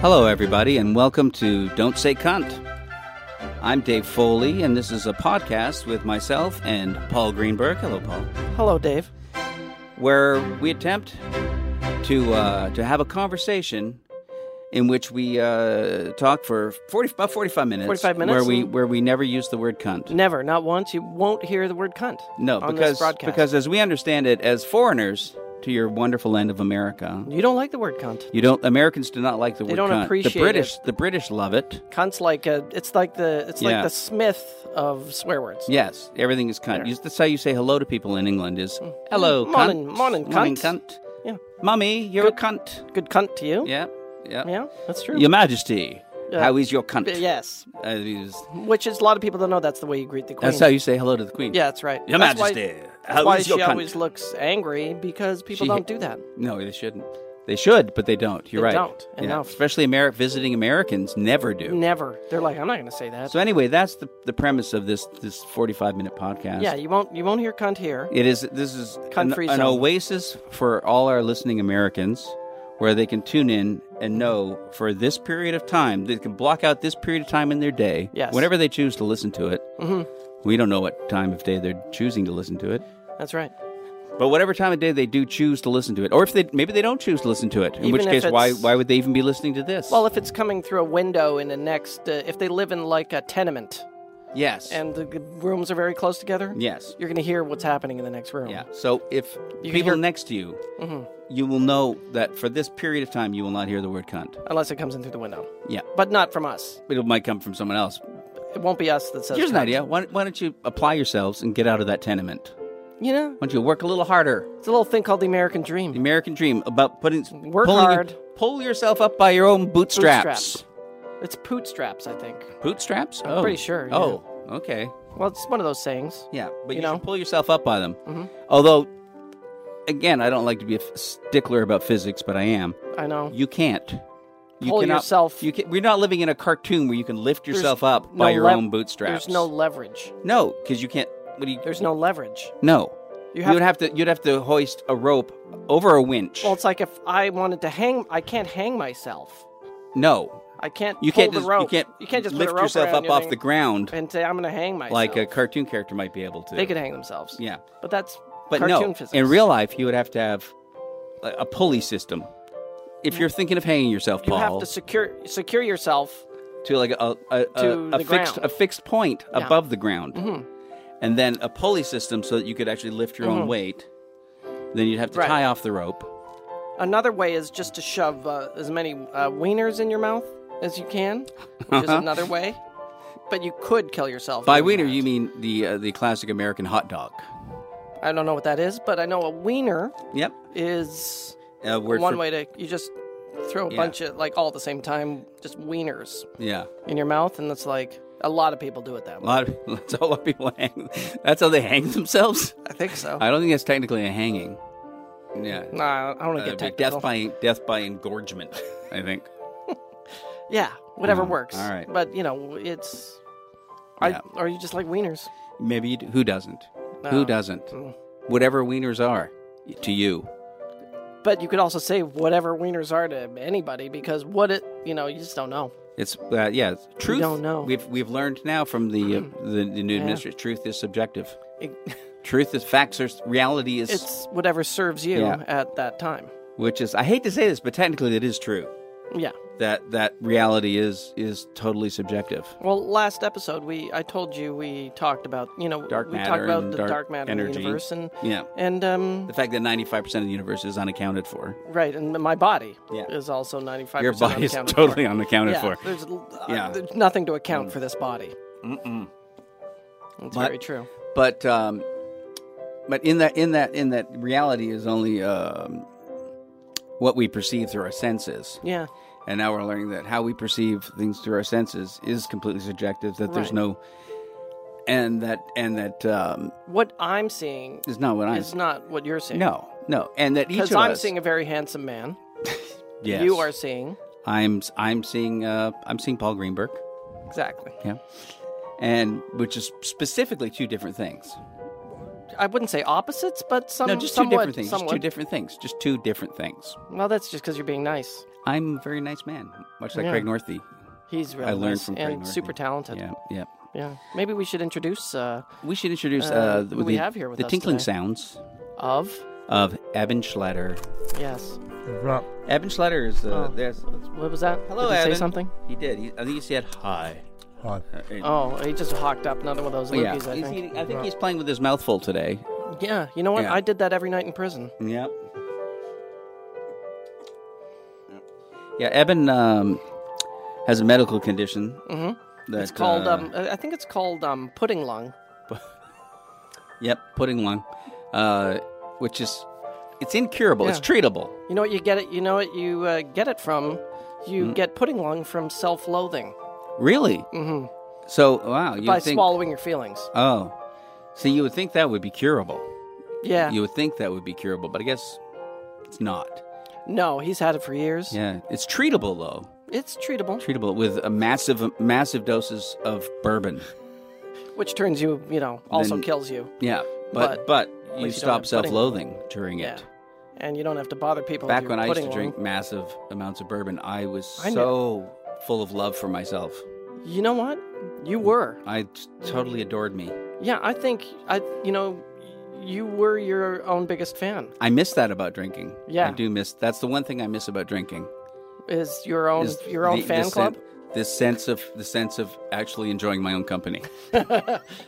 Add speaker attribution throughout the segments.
Speaker 1: Hello, everybody, and welcome to Don't Say Cunt. I'm Dave Foley, and this is a podcast with myself and Paul Greenberg. Hello, Paul.
Speaker 2: Hello, Dave.
Speaker 1: Where we attempt to uh, to have a conversation in which we uh, talk for 40, about 45 minutes.
Speaker 2: 45 minutes?
Speaker 1: Where we, where we never use the word cunt.
Speaker 2: Never, not once. You won't hear the word cunt.
Speaker 1: No,
Speaker 2: on
Speaker 1: because
Speaker 2: this broadcast.
Speaker 1: because as we understand it, as foreigners to your wonderful land of America,
Speaker 2: you don't like the word cunt.
Speaker 1: you don't Americans do not like the word.
Speaker 2: don't
Speaker 1: cunt.
Speaker 2: appreciate
Speaker 1: the
Speaker 2: it.
Speaker 1: British. The British love it.
Speaker 2: Cunt's like a, it's like the it's
Speaker 1: Yeah.
Speaker 2: like the Smith of swear words.
Speaker 1: Yes, everything is cunt. You- That's how you say hello to people in England. Is hello,
Speaker 2: Mm. Morning-
Speaker 1: cunt.
Speaker 2: morning,
Speaker 1: morning,
Speaker 2: cunt."
Speaker 1: cunt.
Speaker 2: Yeah.
Speaker 1: Mummy, you're a cunt.
Speaker 2: Good cunt to you.
Speaker 1: Yeah, yeah.
Speaker 2: Yeah, that's true.
Speaker 1: Your Majesty,
Speaker 2: Yeah.
Speaker 1: how is your cunt?
Speaker 2: B- Yes,
Speaker 1: Uh, it is-
Speaker 2: which is a lot of people don't know. That's the way you greet the queen.
Speaker 1: that's how you say hello to the Queen.
Speaker 2: yeah, that's right.
Speaker 1: Your
Speaker 2: that's
Speaker 1: Majesty,
Speaker 2: Why,
Speaker 1: how
Speaker 2: that's why
Speaker 1: is your
Speaker 2: she
Speaker 1: cunt?
Speaker 2: always looks angry because people
Speaker 1: She-
Speaker 2: don't do that.
Speaker 1: No, they shouldn't. They should, but they don't. You're
Speaker 2: They
Speaker 1: right.
Speaker 2: don't
Speaker 1: Yeah.
Speaker 2: enough.
Speaker 1: Especially Ameri- visiting Americans never do.
Speaker 2: Never. They're like, I'm not going to say that.
Speaker 1: So anyway, that's the, the premise of this this 45 minute podcast.
Speaker 2: yeah, you won't you won't hear cunt here.
Speaker 1: It is this is an,
Speaker 2: Country
Speaker 1: an
Speaker 2: zone.
Speaker 1: oasis for all our listening Americans where they can tune in and know for this period of time, they can block out this period of time in their day,
Speaker 2: Yes. Mm-hmm.
Speaker 1: whenever they choose to listen to it. We don't know what time of day they're choosing to listen to it.
Speaker 2: That's right.
Speaker 1: But whatever time of day they do choose to listen to it, or if they maybe they don't choose to listen to it, in which
Speaker 2: Even if
Speaker 1: case why
Speaker 2: it's-
Speaker 1: why would they even be listening to this?
Speaker 2: Well, if it's coming through a window in the next, uh, if they live in like a tenement
Speaker 1: yes,
Speaker 2: and the g- rooms are very close together,
Speaker 1: yes,
Speaker 2: you're going to hear what's happening in the next room.
Speaker 1: yeah. So if
Speaker 2: You can
Speaker 1: people
Speaker 2: hear- Mm-hmm.
Speaker 1: next to you, you will know that for this period of time you will not hear the word cunt.
Speaker 2: Unless it comes in through the window.
Speaker 1: Yeah.
Speaker 2: But not from us.
Speaker 1: It might come from someone else.
Speaker 2: It won't be us that says
Speaker 1: Here's an
Speaker 2: cunt.
Speaker 1: idea. Why, why don't you apply yourselves and get out of that tenement?
Speaker 2: You know,
Speaker 1: Why don't you work a little harder?
Speaker 2: it's a little thing called the American
Speaker 1: The
Speaker 2: dream.
Speaker 1: American dream about putting
Speaker 2: Work
Speaker 1: pulling,
Speaker 2: hard.
Speaker 1: Pull yourself up by your own bootstraps.
Speaker 2: It's bootstraps, I think.
Speaker 1: Bootstraps?
Speaker 2: I'm
Speaker 1: oh.
Speaker 2: pretty sure, yeah.
Speaker 1: Oh, okay.
Speaker 2: Well, it's one of those sayings.
Speaker 1: Yeah, but you,
Speaker 2: You know? Mm-hmm.
Speaker 1: should pull yourself up by them. Although, again, I don't like to be a f- stickler about physics, but I am.
Speaker 2: I know.
Speaker 1: You can't. You
Speaker 2: Pull
Speaker 1: cannot,
Speaker 2: yourself-
Speaker 1: You can, we're not living in a cartoon where you can lift yourself up by
Speaker 2: no
Speaker 1: your
Speaker 2: lev-
Speaker 1: own bootstraps.
Speaker 2: There's no leverage.
Speaker 1: no, because you can't. What do you?
Speaker 2: There's no leverage.
Speaker 1: No. You
Speaker 2: You have-
Speaker 1: would have to you'd have to hoist a rope over a winch.
Speaker 2: Well, it's like if I wanted to hang, I can't hang myself.
Speaker 1: no.
Speaker 2: I can't
Speaker 1: You
Speaker 2: pull
Speaker 1: can't
Speaker 2: the
Speaker 1: just
Speaker 2: rope.
Speaker 1: you can't
Speaker 2: just put
Speaker 1: lift
Speaker 2: a rope
Speaker 1: yourself
Speaker 2: around
Speaker 1: up
Speaker 2: your
Speaker 1: off
Speaker 2: thing
Speaker 1: the ground
Speaker 2: and say I'm going to hang myself.
Speaker 1: like a cartoon character might be able to.
Speaker 2: They could hang themselves.
Speaker 1: yeah.
Speaker 2: But that's
Speaker 1: But
Speaker 2: cartoon
Speaker 1: no.
Speaker 2: physics.
Speaker 1: In real life you would have to have a, a pulley system. If you're thinking of hanging yourself,
Speaker 2: Mm-hmm. you have
Speaker 1: Paul,
Speaker 2: to secure secure yourself.
Speaker 1: to like a a, a,
Speaker 2: to
Speaker 1: a
Speaker 2: the
Speaker 1: fixed
Speaker 2: ground. Mm-hmm.
Speaker 1: a fixed point above the ground, and then a pulley system so that you could actually lift your own weight. Then you'd have to
Speaker 2: Mm-hmm. Right.
Speaker 1: tie off the rope.
Speaker 2: Another way is just to shove uh, as many uh, wieners in your mouth as you can, which is another way. But you could kill yourself.
Speaker 1: Uh-huh. By
Speaker 2: doing
Speaker 1: wiener,
Speaker 2: that.
Speaker 1: you mean the uh, the classic American hot dog.
Speaker 2: I don't know what that is, but I know a wiener
Speaker 1: Yep.
Speaker 2: is
Speaker 1: Uh, word
Speaker 2: one
Speaker 1: for-
Speaker 2: way to you just throw a
Speaker 1: Yeah.
Speaker 2: bunch of like all at the same time, just wieners
Speaker 1: Yeah.
Speaker 2: in your mouth, and that's like a lot of people do it that
Speaker 1: A
Speaker 2: way.
Speaker 1: lot of that's how a lot of people hang. That's how they hang themselves.
Speaker 2: I think so.
Speaker 1: I don't think that's technically a hanging. Yeah,
Speaker 2: nah, I don't want to
Speaker 1: That'd
Speaker 2: get
Speaker 1: be
Speaker 2: technical.
Speaker 1: death Uh, by death by engorgement. I think.
Speaker 2: Yeah, whatever
Speaker 1: Yeah,
Speaker 2: works.
Speaker 1: Mm, all right.
Speaker 2: But you know, it's.
Speaker 1: Yeah.
Speaker 2: I, or you just like wieners.
Speaker 1: Maybe you do. who doesn't?
Speaker 2: No. Mm.
Speaker 1: Who doesn't? Whatever wieners are to you.
Speaker 2: But you could also say whatever wieners are to anybody because what it, you know, you just don't know.
Speaker 1: It's uh, yeah. it's Truth.
Speaker 2: don't know. Mm.
Speaker 1: We've we've learned now from the uh, the, the new administration. Truth is subjective.
Speaker 2: It-
Speaker 1: Truth is facts. Are, reality is
Speaker 2: it's whatever serves you
Speaker 1: Yeah.
Speaker 2: at that time.
Speaker 1: which is. I hate to say this, but technically it is true
Speaker 2: Yeah.
Speaker 1: that that reality is is totally subjective.
Speaker 2: Well, last episode we I told you we talked about, you know,
Speaker 1: Dark
Speaker 2: we
Speaker 1: matter
Speaker 2: talked about
Speaker 1: and
Speaker 2: the
Speaker 1: dark
Speaker 2: dark, matter in
Speaker 1: energy.
Speaker 2: the universe and
Speaker 1: Yeah.
Speaker 2: and um
Speaker 1: The fact that 95% of the universe is unaccounted for.
Speaker 2: right, and my body
Speaker 1: Yeah.
Speaker 2: is also 95%
Speaker 1: Your body is
Speaker 2: unaccounted
Speaker 1: totally
Speaker 2: for.
Speaker 1: unaccounted
Speaker 2: yeah,
Speaker 1: for.
Speaker 2: There's, l- uh,
Speaker 1: Yeah. Mm.
Speaker 2: there's nothing to account for this body. Mm-mm. That's
Speaker 1: But-
Speaker 2: very true.
Speaker 1: But um, but in that in that in that reality is only um, what we perceive through our senses.
Speaker 2: Yeah.
Speaker 1: And now we're learning that how we perceive things through our senses is completely subjective. That there's
Speaker 2: Right.
Speaker 1: no and that and that um,
Speaker 2: What I'm seeing
Speaker 1: is not what I'm.
Speaker 2: is not what you're seeing.
Speaker 1: no, no, and that each
Speaker 2: Because
Speaker 1: of
Speaker 2: I'm
Speaker 1: us.
Speaker 2: seeing a very handsome man.
Speaker 1: yes,
Speaker 2: You are seeing
Speaker 1: I'm I'm seeing uh, I'm seeing Paul Greenberg.
Speaker 2: exactly.
Speaker 1: Yeah. And which is specifically two different things.
Speaker 2: I wouldn't say opposites, but some
Speaker 1: no, just
Speaker 2: some
Speaker 1: two different
Speaker 2: would,
Speaker 1: things.
Speaker 2: some
Speaker 1: Just two
Speaker 2: would.
Speaker 1: different things. Just two different things.
Speaker 2: well, that's just because you're being nice.
Speaker 1: I'm a very nice man, much like
Speaker 2: Yeah.
Speaker 1: Craig Northey.
Speaker 2: He's really
Speaker 1: I learned
Speaker 2: nice
Speaker 1: from Craig
Speaker 2: and
Speaker 1: Northey.
Speaker 2: super talented.
Speaker 1: Yeah, yeah.
Speaker 2: Yeah. Maybe we should introduce uh,
Speaker 1: We should introduce uh,
Speaker 2: Uh,
Speaker 1: the,
Speaker 2: who we
Speaker 1: the-
Speaker 2: have here with
Speaker 1: the
Speaker 2: us
Speaker 1: tinkling
Speaker 2: today.
Speaker 1: sounds
Speaker 2: of
Speaker 1: of Evan Schletter.
Speaker 2: yes.
Speaker 3: Ruh.
Speaker 1: Evan Schletter is uh,
Speaker 2: Oh.
Speaker 1: there's
Speaker 2: What was that?
Speaker 1: hello.
Speaker 2: Did he
Speaker 1: Evan.
Speaker 2: say something?
Speaker 1: He did. He, I think he said hi.
Speaker 3: Hi.
Speaker 1: Uh, and-
Speaker 2: Oh, he just hawked up another one of those
Speaker 1: Oh, yeah.
Speaker 2: loogies, I
Speaker 1: He's
Speaker 2: think.
Speaker 1: eating- I think he's playing with his mouth full today.
Speaker 2: Yeah, you know what?
Speaker 1: Yeah.
Speaker 2: I did that every night in prison.
Speaker 1: Yep. Yeah, Eben um, has a medical condition. Mm-hmm.
Speaker 2: It's called um, I I think it's called um, pudding lung.
Speaker 1: Yep, pudding lung, uh, which is it's incurable. It's
Speaker 2: Yeah.
Speaker 1: treatable.
Speaker 2: You know what you get it? You know what you uh, get it from? You
Speaker 1: Hmm?
Speaker 2: get pudding lung from self-loathing
Speaker 1: Really. Mm-hmm. So wow, you
Speaker 2: by
Speaker 1: think?
Speaker 2: swallowing your feelings.
Speaker 1: Oh, so you would think that would be curable.
Speaker 2: Yeah.
Speaker 1: You would think that would be curable, but I guess it's not.
Speaker 2: No, he's had it for years.
Speaker 1: Yeah, it's treatable though.
Speaker 2: It's treatable,
Speaker 1: Treatable with a massive, massive doses of bourbon.
Speaker 2: which turns you, you know, also
Speaker 1: Then-
Speaker 2: kills you.
Speaker 1: Yeah, but but, you
Speaker 2: least you don't
Speaker 1: stop
Speaker 2: have pudding.
Speaker 1: self-loathing during
Speaker 2: Yeah.
Speaker 1: it.
Speaker 2: And you don't have to bother people. with
Speaker 1: Back
Speaker 2: your
Speaker 1: when I used
Speaker 2: pudding
Speaker 1: to
Speaker 2: lung.
Speaker 1: drink massive amounts of bourbon, I was
Speaker 2: I knew-
Speaker 1: so full of love for myself.
Speaker 2: You know what? You were.
Speaker 1: I t- totally adored me.
Speaker 2: Yeah, I think I. You know, you were your own biggest fan.
Speaker 1: I miss that about drinking.
Speaker 2: Yeah.
Speaker 1: I do miss. That's the one thing I miss about drinking.
Speaker 2: Is your own
Speaker 1: is
Speaker 2: your own
Speaker 1: the- the
Speaker 2: fan
Speaker 1: sen-
Speaker 2: club?
Speaker 1: this sense of the sense of actually enjoying my own company.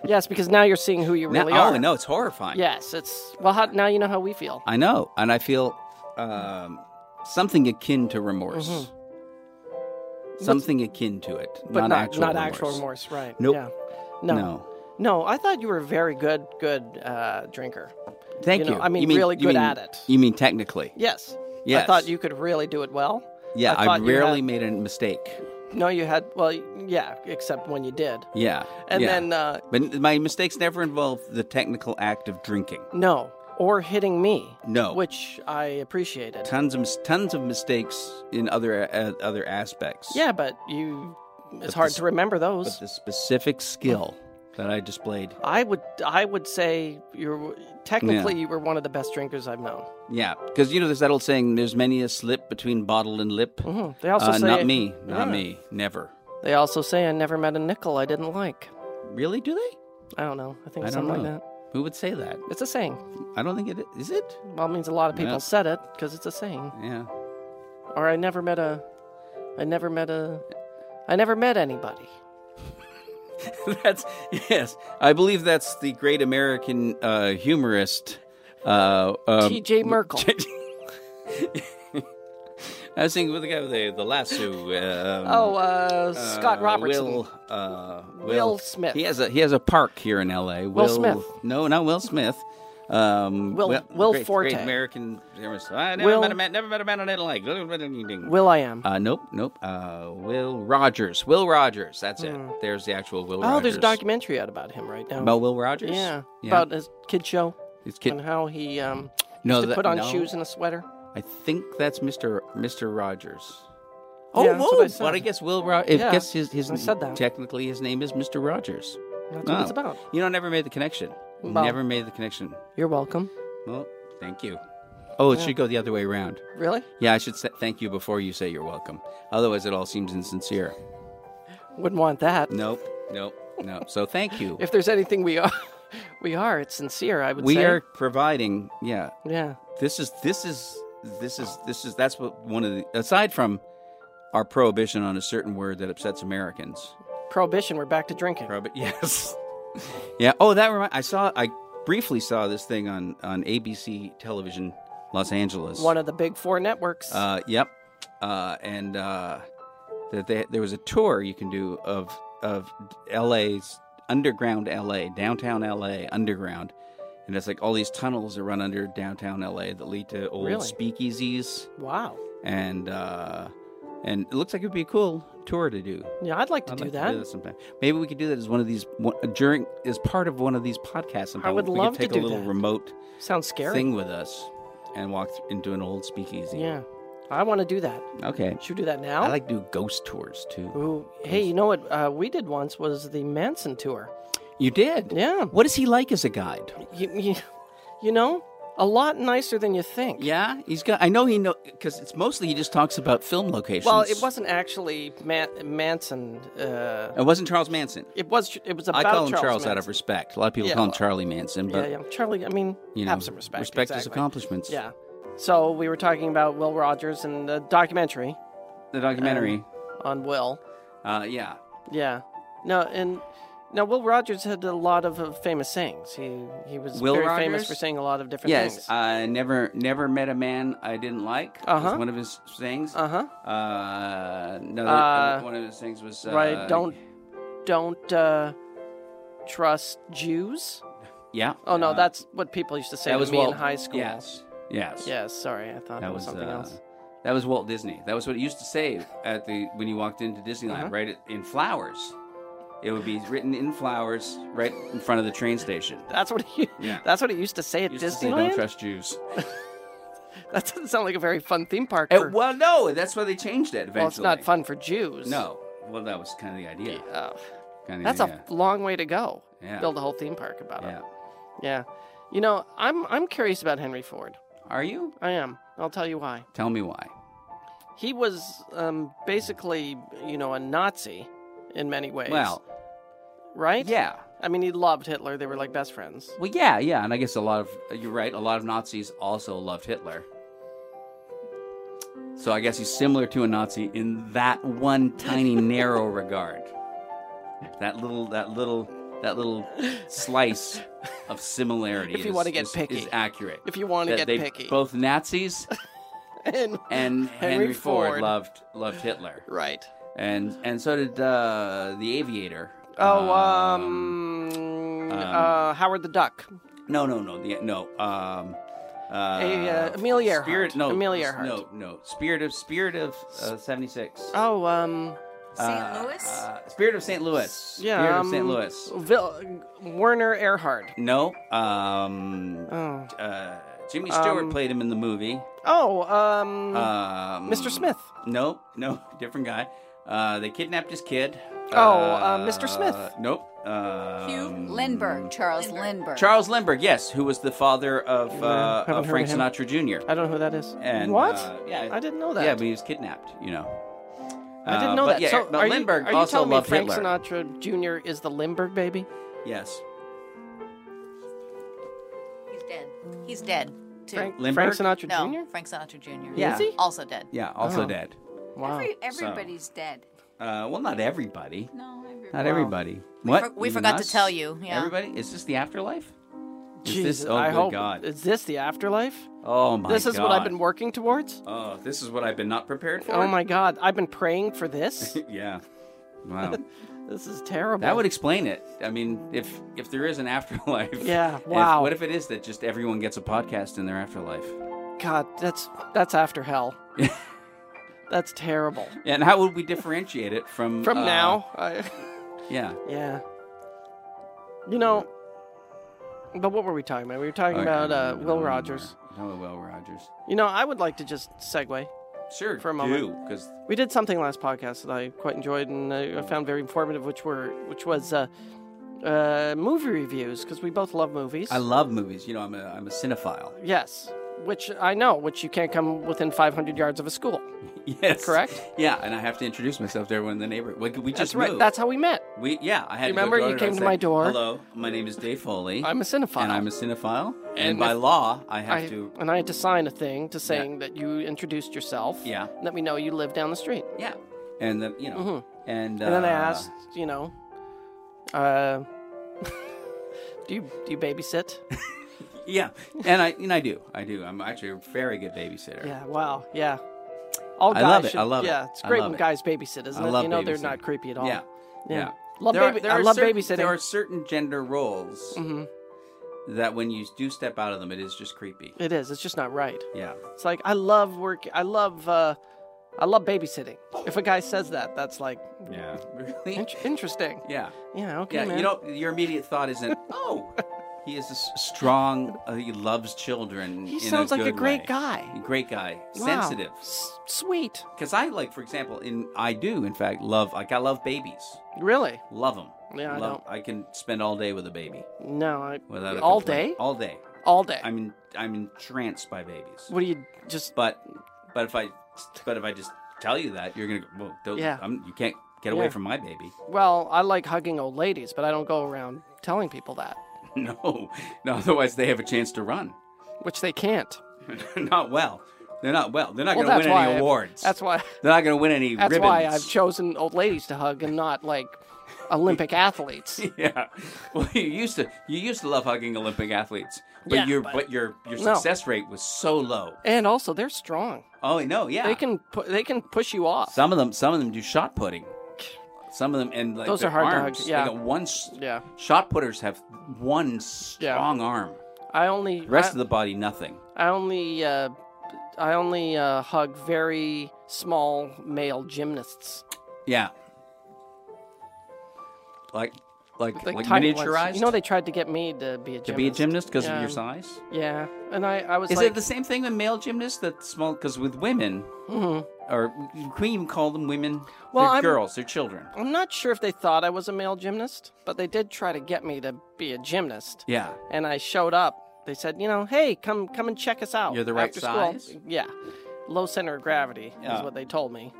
Speaker 2: Yes, because now you're seeing who you
Speaker 1: Now-
Speaker 2: really
Speaker 1: oh
Speaker 2: are.
Speaker 1: no, it's horrifying.
Speaker 2: Yes, it's well. How, now you know how we feel.
Speaker 1: I know, and I feel um, something akin to remorse. Something akin to it,
Speaker 2: Mm-hmm. but
Speaker 1: not,
Speaker 2: not
Speaker 1: actual
Speaker 2: not
Speaker 1: remorse.
Speaker 2: actual remorse, right?
Speaker 1: Nope.
Speaker 2: Yeah. No.
Speaker 1: No.
Speaker 2: No, I thought you were a very good good uh, drinker.
Speaker 1: Thank
Speaker 2: You
Speaker 1: you.
Speaker 2: know, I mean,
Speaker 1: You
Speaker 2: really
Speaker 1: you
Speaker 2: good at it.
Speaker 1: You mean technically?
Speaker 2: Yes. I
Speaker 1: Yes.
Speaker 2: thought you could really do it well.
Speaker 1: Yeah, I,
Speaker 2: thought you
Speaker 1: rarely
Speaker 2: had-
Speaker 1: made a mistake.
Speaker 2: no, you had. Well, yeah, except when you did.
Speaker 1: Yeah.
Speaker 2: And
Speaker 1: yeah.
Speaker 2: then uh,
Speaker 1: but my mistakes never involved the technical act of drinking.
Speaker 2: no, or hitting me.
Speaker 1: No.
Speaker 2: Which I appreciated.
Speaker 1: Tons of mis- tons of mistakes in other uh, other aspects.
Speaker 2: Yeah, but you. It's hard
Speaker 1: this-
Speaker 2: to remember
Speaker 1: But
Speaker 2: those.
Speaker 1: the specific skill that I displayed.
Speaker 2: I would. I would say you're technically you were one of the best drinkers I've known.
Speaker 1: Yeah, because you know there's that old saying: "There's many a slip between bottle and lip."
Speaker 2: Mhm. They also
Speaker 1: Uh,
Speaker 2: say
Speaker 1: not me, not
Speaker 2: Yeah.
Speaker 1: me, never.
Speaker 2: They also say I never met a nickel I didn't like.
Speaker 1: Really? Do they?
Speaker 2: I don't know. I think
Speaker 1: I don't
Speaker 2: something
Speaker 1: know.
Speaker 2: like that.
Speaker 1: Who would say that?
Speaker 2: It's a saying.
Speaker 1: I don't think it is. Is it?
Speaker 2: Well, it means a lot of people
Speaker 1: Yeah.
Speaker 2: said it because it's a saying.
Speaker 1: Yeah.
Speaker 2: Or I never met a, I never met a, I never met anybody.
Speaker 1: that's yes. I believe that's the great American uh, humorist. Uh, um,
Speaker 2: T.J. Merkel.
Speaker 1: I was thinking with the guy with the, the lasso. Um,
Speaker 2: oh, uh, Scott
Speaker 1: uh,
Speaker 2: Robertson.
Speaker 1: Will, uh, Will,
Speaker 2: Will Smith.
Speaker 1: He has a he has a park here in L.A. Will,
Speaker 2: Smith.
Speaker 1: No, not Will Smith. Um,
Speaker 2: Will- Will
Speaker 1: great,
Speaker 2: Forte.
Speaker 1: Great American. humorist. I never
Speaker 2: Will-
Speaker 1: met a man. Never met a man I didn't like.
Speaker 2: Will I am.
Speaker 1: Uh, nope, nope. Uh, Will Rogers. Will Rogers. That's it. There's the actual Will Rogers.
Speaker 2: Hmm. oh, there's a documentary out about him right now.
Speaker 1: about Will Rogers.
Speaker 2: Oh. yeah,
Speaker 1: yeah.
Speaker 2: about his kid show
Speaker 1: It's kid.
Speaker 2: and how he um
Speaker 1: No,
Speaker 2: used to
Speaker 1: that-
Speaker 2: put on
Speaker 1: no.
Speaker 2: shoes and a sweater.
Speaker 1: I think that's Mister Mister Rogers. Oh,
Speaker 2: Yeah, that's what
Speaker 1: whoa!
Speaker 2: I said.
Speaker 1: but I guess Will Rogers.
Speaker 2: Yeah,
Speaker 1: I guess his, his
Speaker 2: I said that.
Speaker 1: technically his name is Mister Rogers.
Speaker 2: That's what it's
Speaker 1: Oh.
Speaker 2: about.
Speaker 1: You know, I never made the connection.
Speaker 2: Well.
Speaker 1: Never made the connection.
Speaker 2: You're welcome.
Speaker 1: Well, thank you. Oh, it should go the other way around.
Speaker 2: Really?
Speaker 1: Yeah, I should say thank you before you say you're welcome. Otherwise, it all seems insincere.
Speaker 2: Wouldn't want that.
Speaker 1: Nope, nope, nope. So thank you.
Speaker 2: If there's anything we are, we are. It's sincere. I would
Speaker 1: we
Speaker 2: say.
Speaker 1: are providing. Yeah,
Speaker 2: Yeah.
Speaker 1: this is this is this is this is that's what one of the aside from our prohibition on a certain word that upsets Americans.
Speaker 2: Prohibition. We're back to drinking.
Speaker 1: Prohibit. Yes. yeah. Oh, that remind. I saw. I briefly saw this thing on on ABC television, Los Angeles.
Speaker 2: One of the big four networks.
Speaker 1: Uh, yep. Uh, and uh, that they, there was a tour you can do of of LA's underground LA, downtown LA underground. And it's like all these tunnels that run under downtown LA that lead to old
Speaker 2: Really?
Speaker 1: speakeasies
Speaker 2: wow.
Speaker 1: and uh, and it looks like it would be a cool tour to do.
Speaker 2: Yeah, I'd like to
Speaker 1: I'd
Speaker 2: do
Speaker 1: like
Speaker 2: that.
Speaker 1: To do that sometime. Maybe we could do that as one of these one, uh, during as part of one of these podcasts. Sometime.
Speaker 2: would
Speaker 1: we
Speaker 2: love to
Speaker 1: could take
Speaker 2: do
Speaker 1: a little
Speaker 2: that.
Speaker 1: remote
Speaker 2: Sounds scary.
Speaker 1: thing with us and walk th- into an old speakeasy.
Speaker 2: Yeah, I want to do that.
Speaker 1: Okay.
Speaker 2: Should we do that now?
Speaker 1: I like to do ghost tours too.
Speaker 2: Ooh, hey, you know what uh, we did once was the Manson tour.
Speaker 1: You did?
Speaker 2: Yeah.
Speaker 1: What is he like as a guide?
Speaker 2: You, you, you know, a lot nicer than you think.
Speaker 1: Yeah, he's got. I know he know because it's mostly he just talks about film locations.
Speaker 2: Well, it wasn't actually Man- Manson. Uh,
Speaker 1: It wasn't Charles Manson.
Speaker 2: it was. It was
Speaker 1: I
Speaker 2: about
Speaker 1: call him
Speaker 2: Charles,
Speaker 1: Charles, out of
Speaker 2: Manson.
Speaker 1: respect. A lot of people
Speaker 2: Yeah,
Speaker 1: call him
Speaker 2: well,
Speaker 1: Charlie Manson, but
Speaker 2: Yeah, yeah. Charlie. I mean,
Speaker 1: you know,
Speaker 2: have some respect.
Speaker 1: Respect his
Speaker 2: exactly.
Speaker 1: accomplishments.
Speaker 2: Yeah. So we were talking about Will Rogers and the documentary
Speaker 1: the
Speaker 2: Um,
Speaker 1: documentary.
Speaker 2: on Will.
Speaker 1: uh, yeah,
Speaker 2: Yeah. No, and now Will Rogers had a lot of uh, famous sayings. He he was
Speaker 1: Will
Speaker 2: very famous
Speaker 1: Rogers?
Speaker 2: for saying a lot of different
Speaker 1: yes.
Speaker 2: things.
Speaker 1: I never, never met a man I didn't like. was
Speaker 2: Uh-huh.
Speaker 1: one of his things.
Speaker 2: uh-huh.
Speaker 1: Uh, another
Speaker 2: Uh,
Speaker 1: one of his things was uh,
Speaker 2: right. Don't don't uh, trust Jews.
Speaker 1: Yeah.
Speaker 2: Oh no,
Speaker 1: uh,
Speaker 2: that's what people used to say
Speaker 1: that
Speaker 2: to
Speaker 1: was
Speaker 2: me
Speaker 1: Walt,
Speaker 2: in high school.
Speaker 1: Yes. Yes.
Speaker 2: Yes, sorry, I thought
Speaker 1: That
Speaker 2: it
Speaker 1: was
Speaker 2: was something
Speaker 1: uh,
Speaker 2: else.
Speaker 1: That was Walt Disney. That was what it used to say at the when you walked into Disneyland,
Speaker 2: Uh-huh.
Speaker 1: right? It- In flowers, it would be written in flowers right in front of the train station.
Speaker 2: That's what he.
Speaker 1: Yeah.
Speaker 2: That's what it used to say at
Speaker 1: It used to say,
Speaker 2: Disneyland.
Speaker 1: Don't trust Jews.
Speaker 2: that doesn't sound like a very fun theme park.
Speaker 1: It-
Speaker 2: for-
Speaker 1: well, no, that's why they changed it eventually.
Speaker 2: well, it's not fun for Jews.
Speaker 1: No. Well, that was kind of the idea.
Speaker 2: Ugh.
Speaker 1: Kind of
Speaker 2: that's
Speaker 1: the,
Speaker 2: a long way to go.
Speaker 1: Yeah.
Speaker 2: Build a whole theme park about
Speaker 1: yeah.
Speaker 2: it. Yeah. You know, I'm I'm curious about Henry Ford.
Speaker 1: Are you?
Speaker 2: I am. I'll tell you why.
Speaker 1: Tell me why.
Speaker 2: He was um, basically, you know, a Nazi in many ways.
Speaker 1: Well,
Speaker 2: right?
Speaker 1: yeah.
Speaker 2: I mean, he loved Hitler. They were like best friends.
Speaker 1: Well, yeah, yeah, and I guess a lot of you're right. A lot of Nazis also loved Hitler. So I guess he's similar to a Nazi in that one tiny narrow regard. That little, that little, that little slice of similarity.
Speaker 2: If you
Speaker 1: is-
Speaker 2: wanna get
Speaker 1: is-
Speaker 2: picky.
Speaker 1: is accurate.
Speaker 2: If you want to
Speaker 1: That
Speaker 2: get
Speaker 1: they-
Speaker 2: picky.
Speaker 1: both Nazis
Speaker 2: and,
Speaker 1: and Henry, Ford,
Speaker 2: Ford.
Speaker 1: loved loved Hitler,
Speaker 2: right.
Speaker 1: and and so did uh, the Aviator. Uh,
Speaker 2: Oh, um, uh, Howard the Duck.
Speaker 1: No, no, no, the, no. Um, uh,
Speaker 2: A, uh, Amelia Earhart.
Speaker 1: Spirit, no,
Speaker 2: Amelia
Speaker 1: s-
Speaker 2: Earhart.
Speaker 1: no, no. Spirit of Spirit of uh, seventy six.
Speaker 2: Oh, um,
Speaker 3: St. Louis?
Speaker 1: Uh, Spirit of St. Louis.
Speaker 2: yeah,
Speaker 1: Spirit of
Speaker 2: um,
Speaker 1: St. Louis.
Speaker 2: Vil- Werner Erhard.
Speaker 1: No. Um,
Speaker 2: Oh,
Speaker 1: uh, Jimmy Stewart
Speaker 2: Um,
Speaker 1: played him in the movie.
Speaker 2: oh, um,
Speaker 1: Um,
Speaker 2: Mr. Smith.
Speaker 1: No, no, different guy. Uh, they kidnapped his kid.
Speaker 2: Oh, uh, Mr. Smith.
Speaker 1: Nope. Um,
Speaker 3: Hugh Lindbergh, Charles Lindbergh.
Speaker 1: Charles Lindbergh, yes, who was the father of, uh,
Speaker 2: haven't
Speaker 1: of
Speaker 2: heard
Speaker 1: Frank
Speaker 2: of him.
Speaker 1: Sinatra Jr.
Speaker 2: I don't know who that is.
Speaker 1: And
Speaker 2: what?
Speaker 1: uh, yeah,
Speaker 2: I didn't know that.
Speaker 1: Yeah, but he was kidnapped. You know.
Speaker 2: I didn't
Speaker 1: Uh,
Speaker 2: know
Speaker 1: but
Speaker 2: that.
Speaker 1: Yeah,
Speaker 2: so
Speaker 1: but
Speaker 2: are
Speaker 1: Lindbergh
Speaker 2: you, are you
Speaker 1: also
Speaker 2: telling me
Speaker 1: loved
Speaker 2: Frank
Speaker 1: Hitler.
Speaker 2: Sinatra Jr. is the Lindbergh baby?
Speaker 1: Yes.
Speaker 3: He's dead. He's dead, too.
Speaker 2: Frank,
Speaker 1: Lindbergh?
Speaker 2: Frank Sinatra
Speaker 3: no,
Speaker 2: Jr.
Speaker 3: Frank Sinatra Jr.
Speaker 1: Yeah. Is he?
Speaker 3: Also dead.
Speaker 1: Yeah, also
Speaker 2: Oh.
Speaker 1: dead.
Speaker 2: Wow.
Speaker 3: Every, everybody's dead.
Speaker 1: Uh, well, not everybody.
Speaker 3: No, everybody.
Speaker 1: Not everybody. What?
Speaker 3: for- we
Speaker 1: Even
Speaker 3: forgot to
Speaker 1: us?
Speaker 3: tell you, yeah.
Speaker 1: Everybody? Is this the afterlife?
Speaker 2: Jeez,
Speaker 1: is this? Oh,
Speaker 2: I
Speaker 1: good
Speaker 2: hope.
Speaker 1: God.
Speaker 2: Is this the afterlife?
Speaker 1: Oh my
Speaker 2: this is
Speaker 1: God.
Speaker 2: what I've been working towards.
Speaker 1: Oh, this is what I've been not prepared for.
Speaker 2: Oh my God! I've been praying for this.
Speaker 1: Yeah. Wow.
Speaker 2: this is terrible.
Speaker 1: that would explain it. I mean, if if there is an afterlife.
Speaker 2: Yeah,
Speaker 1: if-
Speaker 2: wow.
Speaker 1: what if it is that just everyone gets a podcast in their afterlife?
Speaker 2: God, that's that's after hell. that's terrible.
Speaker 1: And how would we differentiate it from
Speaker 2: From
Speaker 1: uh,
Speaker 2: now, I,
Speaker 1: Yeah.
Speaker 2: yeah. You know, but what were we talking about? We were talking
Speaker 1: Okay,
Speaker 2: about
Speaker 1: I
Speaker 2: uh,
Speaker 1: don't
Speaker 2: Will
Speaker 1: remember.
Speaker 2: Rogers.
Speaker 1: Oh, Will Rogers.
Speaker 2: You know, I would like to just segue.
Speaker 1: Sure.
Speaker 2: For a moment.
Speaker 1: because
Speaker 2: We did something last podcast that I quite enjoyed and I I found very informative, which were which was uh, uh, movie reviews because we both love movies.
Speaker 1: I love movies. You know, I'm a I'm a cinephile.
Speaker 2: yes, which I know, which you can't come within 500 yards of a school.
Speaker 1: Yes.
Speaker 2: Correct?
Speaker 1: Yeah, and I have to introduce myself to everyone in the neighborhood. We, we just
Speaker 2: That's right.
Speaker 1: moved.
Speaker 2: That's how we met.
Speaker 1: we. Yeah, I had.
Speaker 2: You
Speaker 1: to go
Speaker 2: remember
Speaker 1: door
Speaker 2: you
Speaker 1: door and
Speaker 2: came to
Speaker 1: say,
Speaker 2: my door?
Speaker 1: Hello, my name is Dave Foley.
Speaker 2: I'm a cinephile.
Speaker 1: and I'm a cinephile. And,
Speaker 2: And
Speaker 1: by
Speaker 2: if-
Speaker 1: law, I have
Speaker 2: I-
Speaker 1: to.
Speaker 2: and I had to sign a thing to saying that you introduced yourself.
Speaker 1: Yeah.
Speaker 2: and That we know you live down the street.
Speaker 1: Yeah. And the, you know.
Speaker 2: Mm-hmm.
Speaker 1: And,
Speaker 2: And then I
Speaker 1: uh,
Speaker 2: asked, you know, uh, do you do you babysit?
Speaker 1: Yeah, and I and I do. I do. I'm actually a very good babysitter.
Speaker 2: yeah. Wow. Yeah. All
Speaker 1: I
Speaker 2: guys
Speaker 1: love it,
Speaker 2: should-
Speaker 1: I love it,
Speaker 2: Yeah, it's
Speaker 1: I
Speaker 2: great
Speaker 1: love
Speaker 2: when
Speaker 1: it.
Speaker 2: guys babysit, isn't
Speaker 1: I
Speaker 2: it?
Speaker 1: love
Speaker 2: You know they're
Speaker 1: babysitting.
Speaker 2: not creepy at all.
Speaker 1: Yeah.
Speaker 2: Yeah.
Speaker 1: Yeah.
Speaker 2: Love
Speaker 1: There are-
Speaker 2: baby-
Speaker 1: there
Speaker 2: I
Speaker 1: are
Speaker 2: love
Speaker 1: certain-
Speaker 2: babysitting.
Speaker 1: There are certain gender roles
Speaker 2: Mhm.
Speaker 1: that when you do step out of them, it is just creepy.
Speaker 2: It is. It's just not right.
Speaker 1: Yeah.
Speaker 2: It's like I love work. I love. Uh, I love babysitting. If a guy says that, that's like
Speaker 1: Yeah. Really?
Speaker 2: in- interesting.
Speaker 1: Yeah.
Speaker 2: Yeah. Okay.
Speaker 1: Yeah,
Speaker 2: man.
Speaker 1: you know, your immediate thought isn't, oh, he is a s- strong, uh, he loves children.
Speaker 2: He
Speaker 1: in
Speaker 2: sounds
Speaker 1: a
Speaker 2: like a
Speaker 1: good
Speaker 2: great
Speaker 1: way.
Speaker 2: guy.
Speaker 1: Great guy,
Speaker 2: Wow.
Speaker 1: sensitive.
Speaker 2: S- sweet.
Speaker 1: Because I like, for example, in I do, in fact, love like I love babies,
Speaker 2: Really?
Speaker 1: love them.
Speaker 2: Yeah, I
Speaker 1: Love- I can spend all day with a baby
Speaker 2: don't. No, I,
Speaker 1: without a
Speaker 2: all
Speaker 1: complaint.
Speaker 2: day.
Speaker 1: All day.
Speaker 2: All day.
Speaker 1: I'm in, I'm entranced by babies.
Speaker 2: what do you just?
Speaker 1: But but if I but if I just tell you that, you're gonna go. Well, don't,
Speaker 2: Yeah.
Speaker 1: I'm, you can't get away
Speaker 2: Yeah.
Speaker 1: from my baby.
Speaker 2: Well, I like hugging old ladies, but I don't go around telling people that,
Speaker 1: No, no. Otherwise, they have a chance to run.
Speaker 2: which they can't.
Speaker 1: not well. They're not well. They're not
Speaker 2: Well,
Speaker 1: going
Speaker 2: that's
Speaker 1: to win
Speaker 2: why.
Speaker 1: any
Speaker 2: I've-
Speaker 1: awards.
Speaker 2: That's why.
Speaker 1: They're not going to win any
Speaker 2: That's
Speaker 1: ribbons.
Speaker 2: why I've chosen old ladies to hug and not like Olympic athletes.
Speaker 1: yeah. Well, you used to you used to love hugging Olympic athletes, but
Speaker 2: Yeah,
Speaker 1: your
Speaker 2: but-
Speaker 1: but, your your
Speaker 2: No.
Speaker 1: success rate was so low.
Speaker 2: And also, they're strong.
Speaker 1: Oh no, yeah.
Speaker 2: They can pu- they can push you off.
Speaker 1: Some of them, some of them do shot putting. Some of them, and like
Speaker 2: Those
Speaker 1: their
Speaker 2: are hard to hug,
Speaker 1: arms,
Speaker 2: yeah.
Speaker 1: They got one. s-
Speaker 2: Yeah.
Speaker 1: Shot putters have one
Speaker 2: Yeah.
Speaker 1: strong arm.
Speaker 2: I only
Speaker 1: The rest
Speaker 2: I,
Speaker 1: of the body, nothing.
Speaker 2: I only uh, I only uh, hug very small male gymnasts.
Speaker 1: Yeah. Like, like, like,
Speaker 2: tiny ones.
Speaker 1: miniaturized.
Speaker 2: You know, they tried to get me to be a gymnast.
Speaker 1: to be a gymnast because
Speaker 2: Yeah.
Speaker 1: of your size.
Speaker 2: Yeah, and I I was
Speaker 1: Is
Speaker 2: like,
Speaker 1: it the same thing with male gymnasts that small? Because with women, or you can even call them women.
Speaker 2: Mm-hmm. Well,
Speaker 1: they're
Speaker 2: I'm-
Speaker 1: girls. They're children.
Speaker 2: I'm not sure if they thought I was a male gymnast, but they did try to get me to be a gymnast.
Speaker 1: Yeah.
Speaker 2: and I showed up. They said, you know, hey, come come and check us out.
Speaker 1: You're the right
Speaker 2: after school."
Speaker 1: size?
Speaker 2: Yeah. Low center of gravity
Speaker 1: Yeah.
Speaker 2: is what they told me.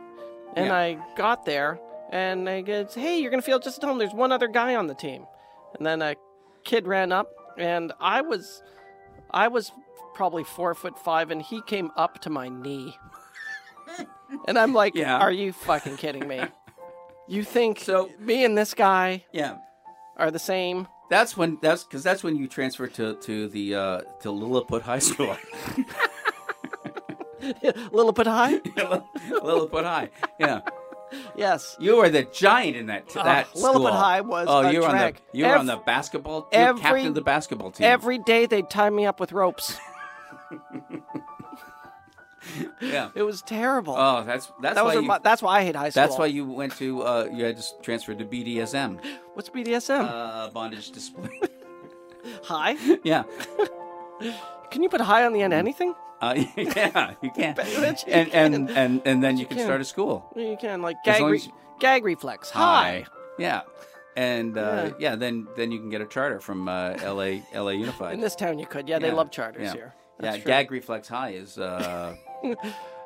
Speaker 2: And
Speaker 1: Yeah.
Speaker 2: I got there and they goes, hey, you're gonna feel just at home. There's one other guy on the team. And then a kid ran up and I was I was probably four foot five and he came up to my knee. and I'm like,
Speaker 1: Yeah.
Speaker 2: Are you fucking kidding me? You think
Speaker 1: So-
Speaker 2: me and this guy
Speaker 1: Yeah.
Speaker 2: are the same?
Speaker 1: That's when that's because that's when you transfer to to the uh, to Lilliput High School.
Speaker 2: Lilliput high?
Speaker 1: Lilliput High. Yeah.
Speaker 2: yes.
Speaker 1: You were the giant in that that
Speaker 2: Lilliput
Speaker 1: school.
Speaker 2: Uh, High was
Speaker 1: Oh,
Speaker 2: a
Speaker 1: you were on
Speaker 2: drag.
Speaker 1: the you were on
Speaker 2: Ev-
Speaker 1: the basketball. You were
Speaker 2: every-
Speaker 1: captain of the basketball team.
Speaker 2: Every day they'd tie me up with ropes.
Speaker 1: yeah.
Speaker 2: It was terrible.
Speaker 1: Oh, that's that's
Speaker 2: that
Speaker 1: why
Speaker 2: was
Speaker 1: you,
Speaker 2: my, that's why I hate high school.
Speaker 1: that's why you went to uh, you had to transfer to BDSM
Speaker 2: What's BDSM?
Speaker 1: uh, bondage display.
Speaker 2: high?
Speaker 1: yeah.
Speaker 2: Can you put high on the end of anything?
Speaker 1: Uh, yeah, you can.
Speaker 2: Bitch, you
Speaker 1: and,
Speaker 2: can.
Speaker 1: and and and then you can
Speaker 2: can.
Speaker 1: start a school.
Speaker 2: You can like
Speaker 1: As
Speaker 2: gag
Speaker 1: long
Speaker 2: re-
Speaker 1: as you-
Speaker 2: gag reflex. High.
Speaker 1: Yeah. And uh,
Speaker 2: Yeah.
Speaker 1: yeah. then then you can get a charter from uh, LA LA Unified.
Speaker 2: In this town you could. Yeah, they
Speaker 1: Yeah,
Speaker 2: love charters
Speaker 1: yeah.
Speaker 2: here.
Speaker 1: yeah,
Speaker 2: That's true.
Speaker 1: gag reflex high is uh,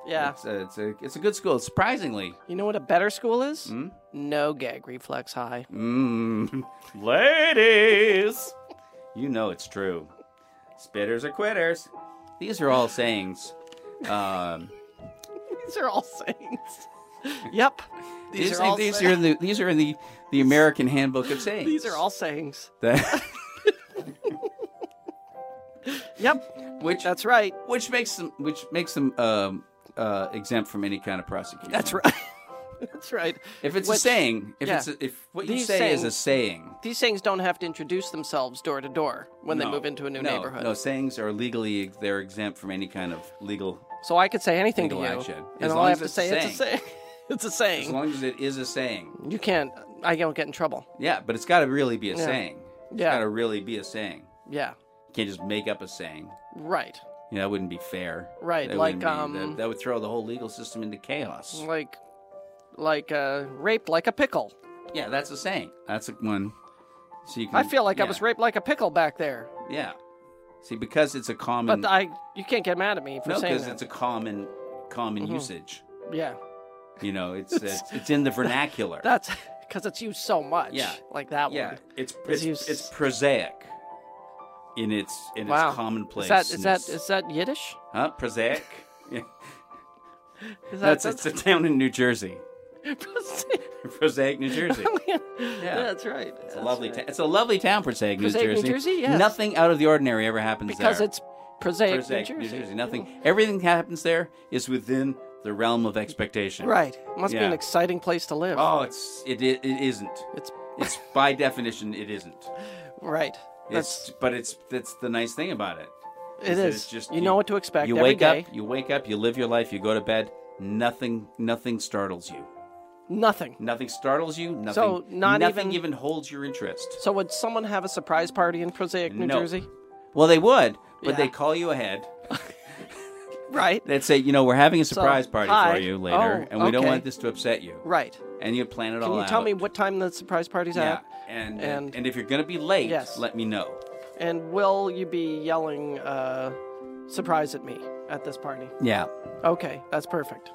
Speaker 2: Yeah.
Speaker 1: it's, a, it's a it's a good school. Surprisingly,
Speaker 2: You know what a better school is? No gag reflex high.
Speaker 1: Mm. Ladies, you know it's true. Spitters are quitters. These are all sayings. Um,
Speaker 2: These are all sayings. yep. These, are all
Speaker 1: these
Speaker 2: say-
Speaker 1: are in the these are in the, the American Handbook of Sayings.
Speaker 2: these are all sayings.
Speaker 1: That-
Speaker 2: Yep.
Speaker 1: which
Speaker 2: That's right.
Speaker 1: which makes them which makes them um, uh, exempt from any kind of prosecution.
Speaker 2: That's right. That's right.
Speaker 1: if it's a
Speaker 2: Which-
Speaker 1: saying, if
Speaker 2: yeah.
Speaker 1: it's a, if what you
Speaker 2: These
Speaker 1: say is a
Speaker 2: sayings-
Speaker 1: saying,
Speaker 2: These things don't have to introduce themselves door to door when they
Speaker 1: no,
Speaker 2: move into a new
Speaker 1: no,
Speaker 2: neighborhood.
Speaker 1: No, sayings are legally they're exempt from any kind of legal.
Speaker 2: So I could say anything to you,
Speaker 1: Legal action.
Speaker 2: and
Speaker 1: As
Speaker 2: all
Speaker 1: long
Speaker 2: I
Speaker 1: as
Speaker 2: have to
Speaker 1: it's
Speaker 2: say
Speaker 1: a
Speaker 2: it's a saying. it's a
Speaker 1: As
Speaker 2: saying.
Speaker 1: long as it is a saying.
Speaker 2: you can't. I don't get in trouble.
Speaker 1: Yeah, but it's got to really be a
Speaker 2: Yeah.
Speaker 1: saying. It's
Speaker 2: Yeah.
Speaker 1: got to really be a saying.
Speaker 2: Yeah.
Speaker 1: You can't just make up a saying.
Speaker 2: Right.
Speaker 1: You know, that wouldn't be fair.
Speaker 2: Right,
Speaker 1: That
Speaker 2: like,
Speaker 1: wouldn't be- that-
Speaker 2: um,
Speaker 1: that, would throw the whole legal system into chaos.
Speaker 2: Like, like uh, raped like a pickle.
Speaker 1: yeah, that's a saying. That's a one. So you can.
Speaker 2: I feel like I
Speaker 1: Mm. yeah,
Speaker 2: was raped like a pickle back there.
Speaker 1: Yeah. See, because it's a common.
Speaker 2: But I, you can't get mad at me for
Speaker 1: Mm. no,
Speaker 2: saying
Speaker 1: because
Speaker 2: that. Mm-hmm.
Speaker 1: it's a common, common usage.
Speaker 2: yeah.
Speaker 1: You know, it's it's, it's in the vernacular.
Speaker 2: That's because it's used so much.
Speaker 1: Yeah.
Speaker 2: Like that
Speaker 1: yeah,
Speaker 2: one.
Speaker 1: it's
Speaker 2: It's
Speaker 1: it's,
Speaker 2: used-
Speaker 1: it's prosaic. In its in
Speaker 2: Wow.
Speaker 1: its commonplace.
Speaker 2: Is that is that is that Yiddish?
Speaker 1: huh? Prosaic. Yeah.
Speaker 2: Is that,
Speaker 1: That's, it's a town in New Jersey. Prosaic, New Jersey.
Speaker 2: Oh, yeah. That's right.
Speaker 1: It's a lovely. Ta- it's a lovely town, Prosaic, New
Speaker 2: Prosaic, New
Speaker 1: Jersey.
Speaker 2: Jersey, yes.
Speaker 1: Nothing out of the ordinary ever happens
Speaker 2: because
Speaker 1: there.
Speaker 2: it's prosaic,
Speaker 1: Prosaic,
Speaker 2: New Jersey.
Speaker 1: Nothing. Everything that happens there is within the realm of expectation.
Speaker 2: Right. Must be
Speaker 1: Yeah.
Speaker 2: an exciting place to live.
Speaker 1: Oh, it's it. i- It isn't.
Speaker 2: It's
Speaker 1: It's by definition, it isn't.
Speaker 2: right.
Speaker 1: It's but it's that's the nice thing about it.
Speaker 2: It
Speaker 1: that
Speaker 2: is.
Speaker 1: it's just
Speaker 2: you, know what to expect.
Speaker 1: You
Speaker 2: every
Speaker 1: wake
Speaker 2: day.
Speaker 1: up. You wake up. You live your life. You go to bed. Nothing. Nothing startles you.
Speaker 2: Nothing.
Speaker 1: Nothing startles you. Nothing.
Speaker 2: So, not
Speaker 1: nothing
Speaker 2: even-
Speaker 1: even holds your interest.
Speaker 2: So would someone have a surprise party in Prosaic, New
Speaker 1: No.
Speaker 2: Jersey?
Speaker 1: Well, they would, but
Speaker 2: Yeah.
Speaker 1: they call you ahead.
Speaker 2: right,
Speaker 1: They'd say, you know, we're having a surprise party
Speaker 2: hi.
Speaker 1: for you later,
Speaker 2: Oh,
Speaker 1: and we don't
Speaker 2: okay.
Speaker 1: want this to upset you.
Speaker 2: right.
Speaker 1: And you plan it all
Speaker 2: Can
Speaker 1: out.
Speaker 2: you tell me what time the surprise party's
Speaker 1: Yeah.
Speaker 2: at?
Speaker 1: And, and
Speaker 2: and-
Speaker 1: if you're gonna be late,
Speaker 2: Yes.
Speaker 1: let me know.
Speaker 2: And will you be yelling uh, "surprise" at me at this party?
Speaker 1: Yeah.
Speaker 2: Okay, that's perfect.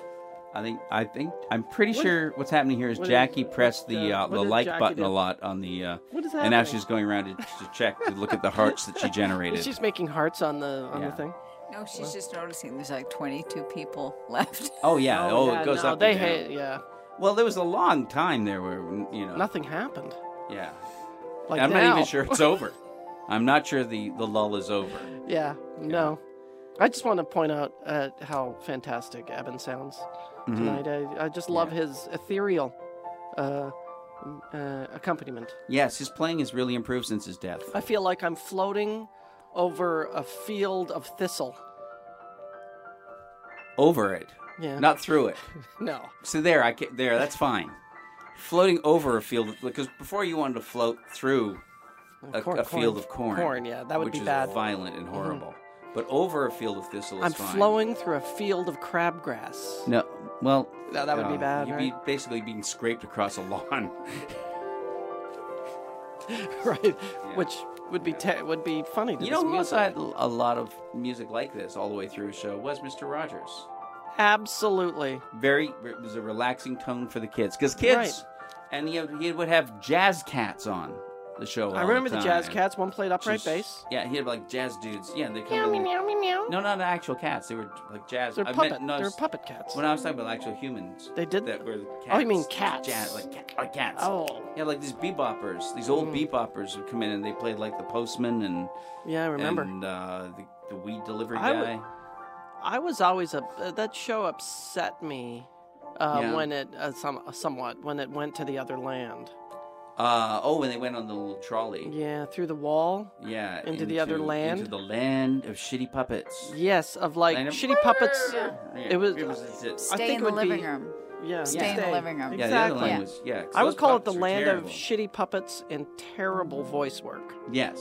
Speaker 1: I think I think I'm pretty sure what's happening here is
Speaker 2: what is-
Speaker 1: Jackie pressed the
Speaker 2: uh,
Speaker 1: uh,
Speaker 2: what
Speaker 1: the
Speaker 2: did
Speaker 1: like
Speaker 2: Jackie
Speaker 1: button a
Speaker 2: do?
Speaker 1: lot on the uh,
Speaker 2: What is
Speaker 1: and now
Speaker 2: happening?
Speaker 1: she's going around to, to check to look at the hearts that she generated.
Speaker 2: She's making hearts on the on
Speaker 1: Yeah.
Speaker 2: the thing.
Speaker 3: No, she's just noticing there's like 22 people left.
Speaker 1: oh yeah, oh,
Speaker 2: yeah,
Speaker 1: it goes
Speaker 2: no,
Speaker 1: up.
Speaker 2: They
Speaker 1: and down.
Speaker 2: hate. Yeah,
Speaker 1: Well, there was a long time there where you know
Speaker 2: nothing happened.
Speaker 1: Yeah,
Speaker 2: Like
Speaker 1: I'm not
Speaker 2: now.
Speaker 1: even sure it's over. I'm not sure the the lull is over.
Speaker 2: Yeah, no. I just want to point out uh, how fantastic Eben sounds
Speaker 1: Mm-hmm.
Speaker 2: tonight. I, I just love his ethereal uh, uh, accompaniment.
Speaker 1: Yes, his playing has really improved since his death.
Speaker 2: I feel like I'm floating over a field of thistle.
Speaker 1: Over it,
Speaker 2: Yeah.
Speaker 1: not through it.
Speaker 2: No.
Speaker 1: So there, I ca- there. That's fine. Floating over a field because before you wanted to float through a,
Speaker 2: Corn-
Speaker 1: a field of corn.
Speaker 2: Corn, yeah, that would
Speaker 1: which
Speaker 2: be
Speaker 1: is
Speaker 2: bad. Mm-hmm.
Speaker 1: violent and horrible. But over a field of thistle is
Speaker 2: I'm
Speaker 1: fine.
Speaker 2: flowing through a field of crabgrass.
Speaker 1: No, well, uh,
Speaker 2: No, that would be bad,
Speaker 1: You'd be basically being scraped across a lawn.
Speaker 2: right. Which would be te- would be funny. To
Speaker 1: you know who
Speaker 2: this
Speaker 1: else
Speaker 2: music.
Speaker 1: had a lot of music like this all the way through his show was Mr. Rogers.
Speaker 2: Absolutely.
Speaker 1: Very, it was a relaxing tone for the kids because kids,
Speaker 2: Right.
Speaker 1: and he, he would have jazz cats on the show.
Speaker 2: I
Speaker 1: all
Speaker 2: remember
Speaker 1: the,
Speaker 2: the,
Speaker 1: time,
Speaker 2: Jazz
Speaker 1: and
Speaker 2: Cats. One played upright
Speaker 1: just-
Speaker 2: bass.
Speaker 1: Yeah, he had like jazz dudes. Yeah, they come. in- No, not actual cats. They were like jazz.
Speaker 2: They're
Speaker 1: I
Speaker 2: puppet.
Speaker 1: meant- no, I
Speaker 2: They're
Speaker 1: was-
Speaker 2: puppet cats.
Speaker 1: When I was talking about actual humans,
Speaker 2: They did-
Speaker 1: that were cats.
Speaker 2: Oh, you mean cats.
Speaker 1: Jazz, like, cat, like cats.
Speaker 2: Oh.
Speaker 1: yeah, like these beboppers, these old beboppers would come in and they played like the postman and
Speaker 2: Yeah, I remember.
Speaker 1: and uh, the, the weed delivery
Speaker 2: I would-
Speaker 1: guy.
Speaker 2: I was always a uh, that show upset me uh,
Speaker 1: Yeah.
Speaker 2: when it uh, some somewhat when it went to the other land.
Speaker 1: Uh, oh, when they went on the little trolley.
Speaker 2: Yeah, through the wall.
Speaker 1: Yeah,
Speaker 2: Into the other land?
Speaker 1: into the land of shitty puppets.
Speaker 2: Yes, of like
Speaker 1: And it-
Speaker 2: shitty puppets.
Speaker 1: Yeah,
Speaker 2: It was-
Speaker 1: it's-
Speaker 2: I
Speaker 3: Stay
Speaker 2: think
Speaker 3: in
Speaker 2: it
Speaker 3: the
Speaker 2: would be-
Speaker 3: living room.
Speaker 2: Yeah,
Speaker 3: Stay in the living room.
Speaker 1: yeah,
Speaker 2: Exactly.
Speaker 1: the other land was yeah. 'cause
Speaker 2: I
Speaker 1: those
Speaker 2: would call it the
Speaker 1: puppets were
Speaker 2: land
Speaker 1: terrible.
Speaker 2: of shitty puppets and terrible voice work.
Speaker 1: Yes,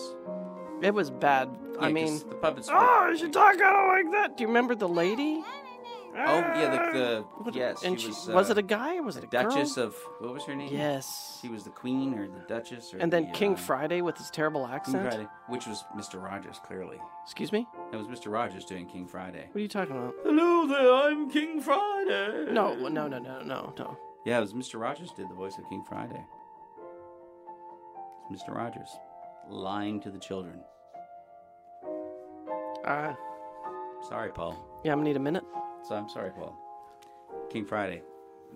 Speaker 2: It was bad. I
Speaker 1: Yeah, 'cause
Speaker 2: mean,
Speaker 1: the puppets. Were,
Speaker 2: oh, she talk kind of like that. Do you remember the lady?
Speaker 1: oh yeah, the, the
Speaker 2: What-
Speaker 1: yes,
Speaker 2: and
Speaker 1: she was.
Speaker 2: was
Speaker 1: uh,
Speaker 2: it a guy or was it a girl?
Speaker 1: Duchess of what was her name?
Speaker 2: Yes.
Speaker 1: She was the queen or the duchess or
Speaker 2: And then
Speaker 1: the,
Speaker 2: King
Speaker 1: uh,
Speaker 2: Friday with his terrible
Speaker 1: King
Speaker 2: accent.
Speaker 1: Friday, which was Mr. Rogers clearly.
Speaker 2: Excuse me?
Speaker 1: That was Mr. Rogers doing King Friday.
Speaker 2: What are you talking about?
Speaker 1: Hello there, I'm King Friday.
Speaker 2: No, no, no, no, no, no.
Speaker 1: Yeah, it was Mr. Rogers did the voice of King Friday. It's Mr. Rogers lying to the children.
Speaker 2: Uh,
Speaker 1: Sorry, Paul.
Speaker 2: yeah, I'm gonna need a minute.
Speaker 1: So I'm sorry, Paul. King Friday.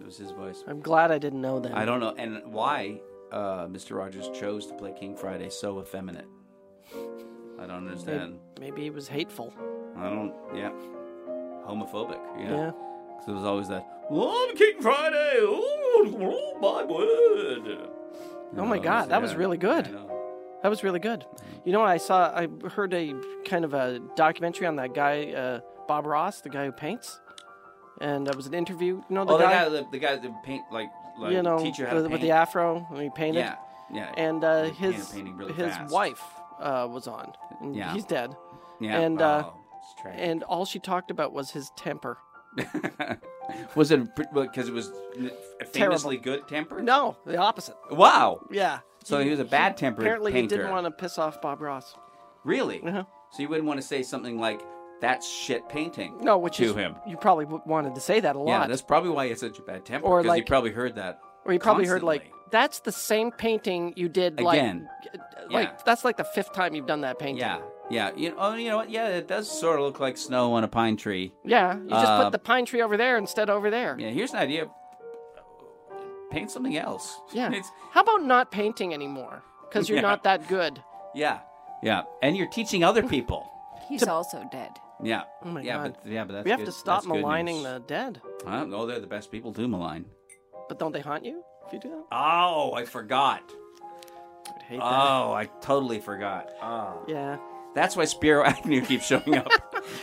Speaker 1: It was his voice.
Speaker 2: I'm glad I didn't know that.
Speaker 1: I don't know and why uh, Mr. Rogers chose to play King Friday so effeminate. I don't understand.
Speaker 2: Maybe he was hateful.
Speaker 1: I don't. Yeah. Homophobic. Yeah.
Speaker 2: Yeah.
Speaker 1: Because it was always that. Well, I'm King Friday. Oh, oh, my word.
Speaker 2: Oh my God, that was really good.
Speaker 1: I know.
Speaker 2: That was really good. You know, I saw, I heard a kind of a documentary on that guy, uh, Bob Ross, the guy who paints, and it was an interview. You know, the
Speaker 1: oh, the
Speaker 2: guy,
Speaker 1: guy, the, the guy that paint like like
Speaker 2: you know,
Speaker 1: teacher how
Speaker 2: with,
Speaker 1: to
Speaker 2: with
Speaker 1: paint.
Speaker 2: the afro, and he painted.
Speaker 1: yeah, yeah,
Speaker 2: And uh,
Speaker 1: He painted
Speaker 2: his
Speaker 1: painting really
Speaker 2: his
Speaker 1: fast.
Speaker 2: wife uh, was on. And
Speaker 1: Yeah.
Speaker 2: He's dead.
Speaker 1: yeah.
Speaker 2: and, uh,
Speaker 1: wow, it's tragic.
Speaker 2: And all she talked about was his temper.
Speaker 1: was it because it was famously good temper?
Speaker 2: No, the opposite.
Speaker 1: Wow.
Speaker 2: Yeah.
Speaker 1: So he was a bad tempered
Speaker 2: Apparently,
Speaker 1: painter.
Speaker 2: he didn't want to piss off Bob Ross.
Speaker 1: Really?
Speaker 2: Uh-huh.
Speaker 1: So you wouldn't want to say something like "that's shit painting."
Speaker 2: No, which
Speaker 1: to
Speaker 2: is
Speaker 1: him.
Speaker 2: you probably w- wanted to say that a lot,
Speaker 1: Yeah, that's probably why he had such a bad temper.
Speaker 2: Or
Speaker 1: Because he
Speaker 2: like-
Speaker 1: probably heard that.
Speaker 2: or you probably heard
Speaker 1: constantly.
Speaker 2: like that's the same painting you did
Speaker 1: Again.
Speaker 2: like, uh,
Speaker 1: Yeah.
Speaker 2: like that's like the fifth time you've done that painting.
Speaker 1: Yeah, yeah. You know, oh, you know what? Yeah, it does sort of look like snow on a pine tree.
Speaker 2: yeah. You just
Speaker 1: Uh,
Speaker 2: put the pine tree over there instead of over there.
Speaker 1: Yeah, here's an idea. Paint something else.
Speaker 2: Yeah.
Speaker 1: It's,
Speaker 2: How about not painting anymore because you're
Speaker 1: Yeah.
Speaker 2: not that good?
Speaker 1: yeah, yeah. And you're teaching other people.
Speaker 3: He's also dead.
Speaker 1: Yeah.
Speaker 2: Oh my
Speaker 1: yeah,
Speaker 2: God.
Speaker 1: But, yeah, but that's
Speaker 2: we have
Speaker 1: good-
Speaker 2: to stop
Speaker 1: that's good
Speaker 2: maligning
Speaker 1: news.
Speaker 2: the dead,
Speaker 1: I don't know. They're the best people to malign.
Speaker 2: but don't they haunt you if you do that?
Speaker 1: Oh, I forgot.
Speaker 2: I'd hate
Speaker 1: Oh, I totally forgot. Oh.
Speaker 2: that. Yeah.
Speaker 1: That's why Spiro Agnew keeps showing up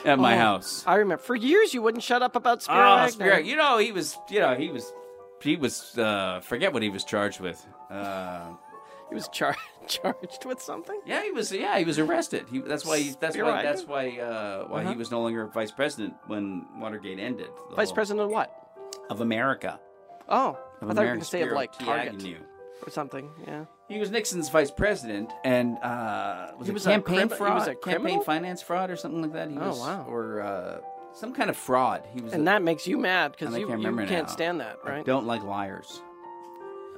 Speaker 1: at my house.
Speaker 2: I remember for years you wouldn't shut up about Oh. Spiro
Speaker 1: Oh,
Speaker 2: Agnew.
Speaker 1: Spiro, you know he was, you know he was, he was. Uh, forget what he was charged with. Uh,
Speaker 2: He was char- charged with something.
Speaker 1: Yeah, he was. Yeah, he was arrested. He, that's why. He, that's
Speaker 2: You're
Speaker 1: why.
Speaker 2: right.
Speaker 1: That's why. Uh, why
Speaker 2: Uh-huh.
Speaker 1: he was no longer vice president when Watergate ended. The
Speaker 2: Vice
Speaker 1: whole-
Speaker 2: president of what?
Speaker 1: of America.
Speaker 2: Oh,
Speaker 1: Oh. Of
Speaker 2: I thought you were
Speaker 1: American
Speaker 2: gonna say of
Speaker 1: Spirit,
Speaker 2: like
Speaker 1: Key
Speaker 2: Target
Speaker 1: Agnew.
Speaker 2: or something. Yeah.
Speaker 1: He was Nixon's vice president, and uh, was
Speaker 2: He
Speaker 1: it
Speaker 2: was a
Speaker 1: campaign
Speaker 2: crim- he
Speaker 1: fraud,
Speaker 2: was a
Speaker 1: campaign
Speaker 2: criminal?
Speaker 1: finance fraud, or something like that. He
Speaker 2: Oh,
Speaker 1: was,
Speaker 2: wow.
Speaker 1: or uh, some kind of fraud. He was.
Speaker 2: And
Speaker 1: a,
Speaker 2: that makes you mad because
Speaker 1: and I
Speaker 2: you,
Speaker 1: can't
Speaker 2: you
Speaker 1: remember
Speaker 2: can't
Speaker 1: now.
Speaker 2: stand that,
Speaker 1: I
Speaker 2: right?
Speaker 1: don't like liars.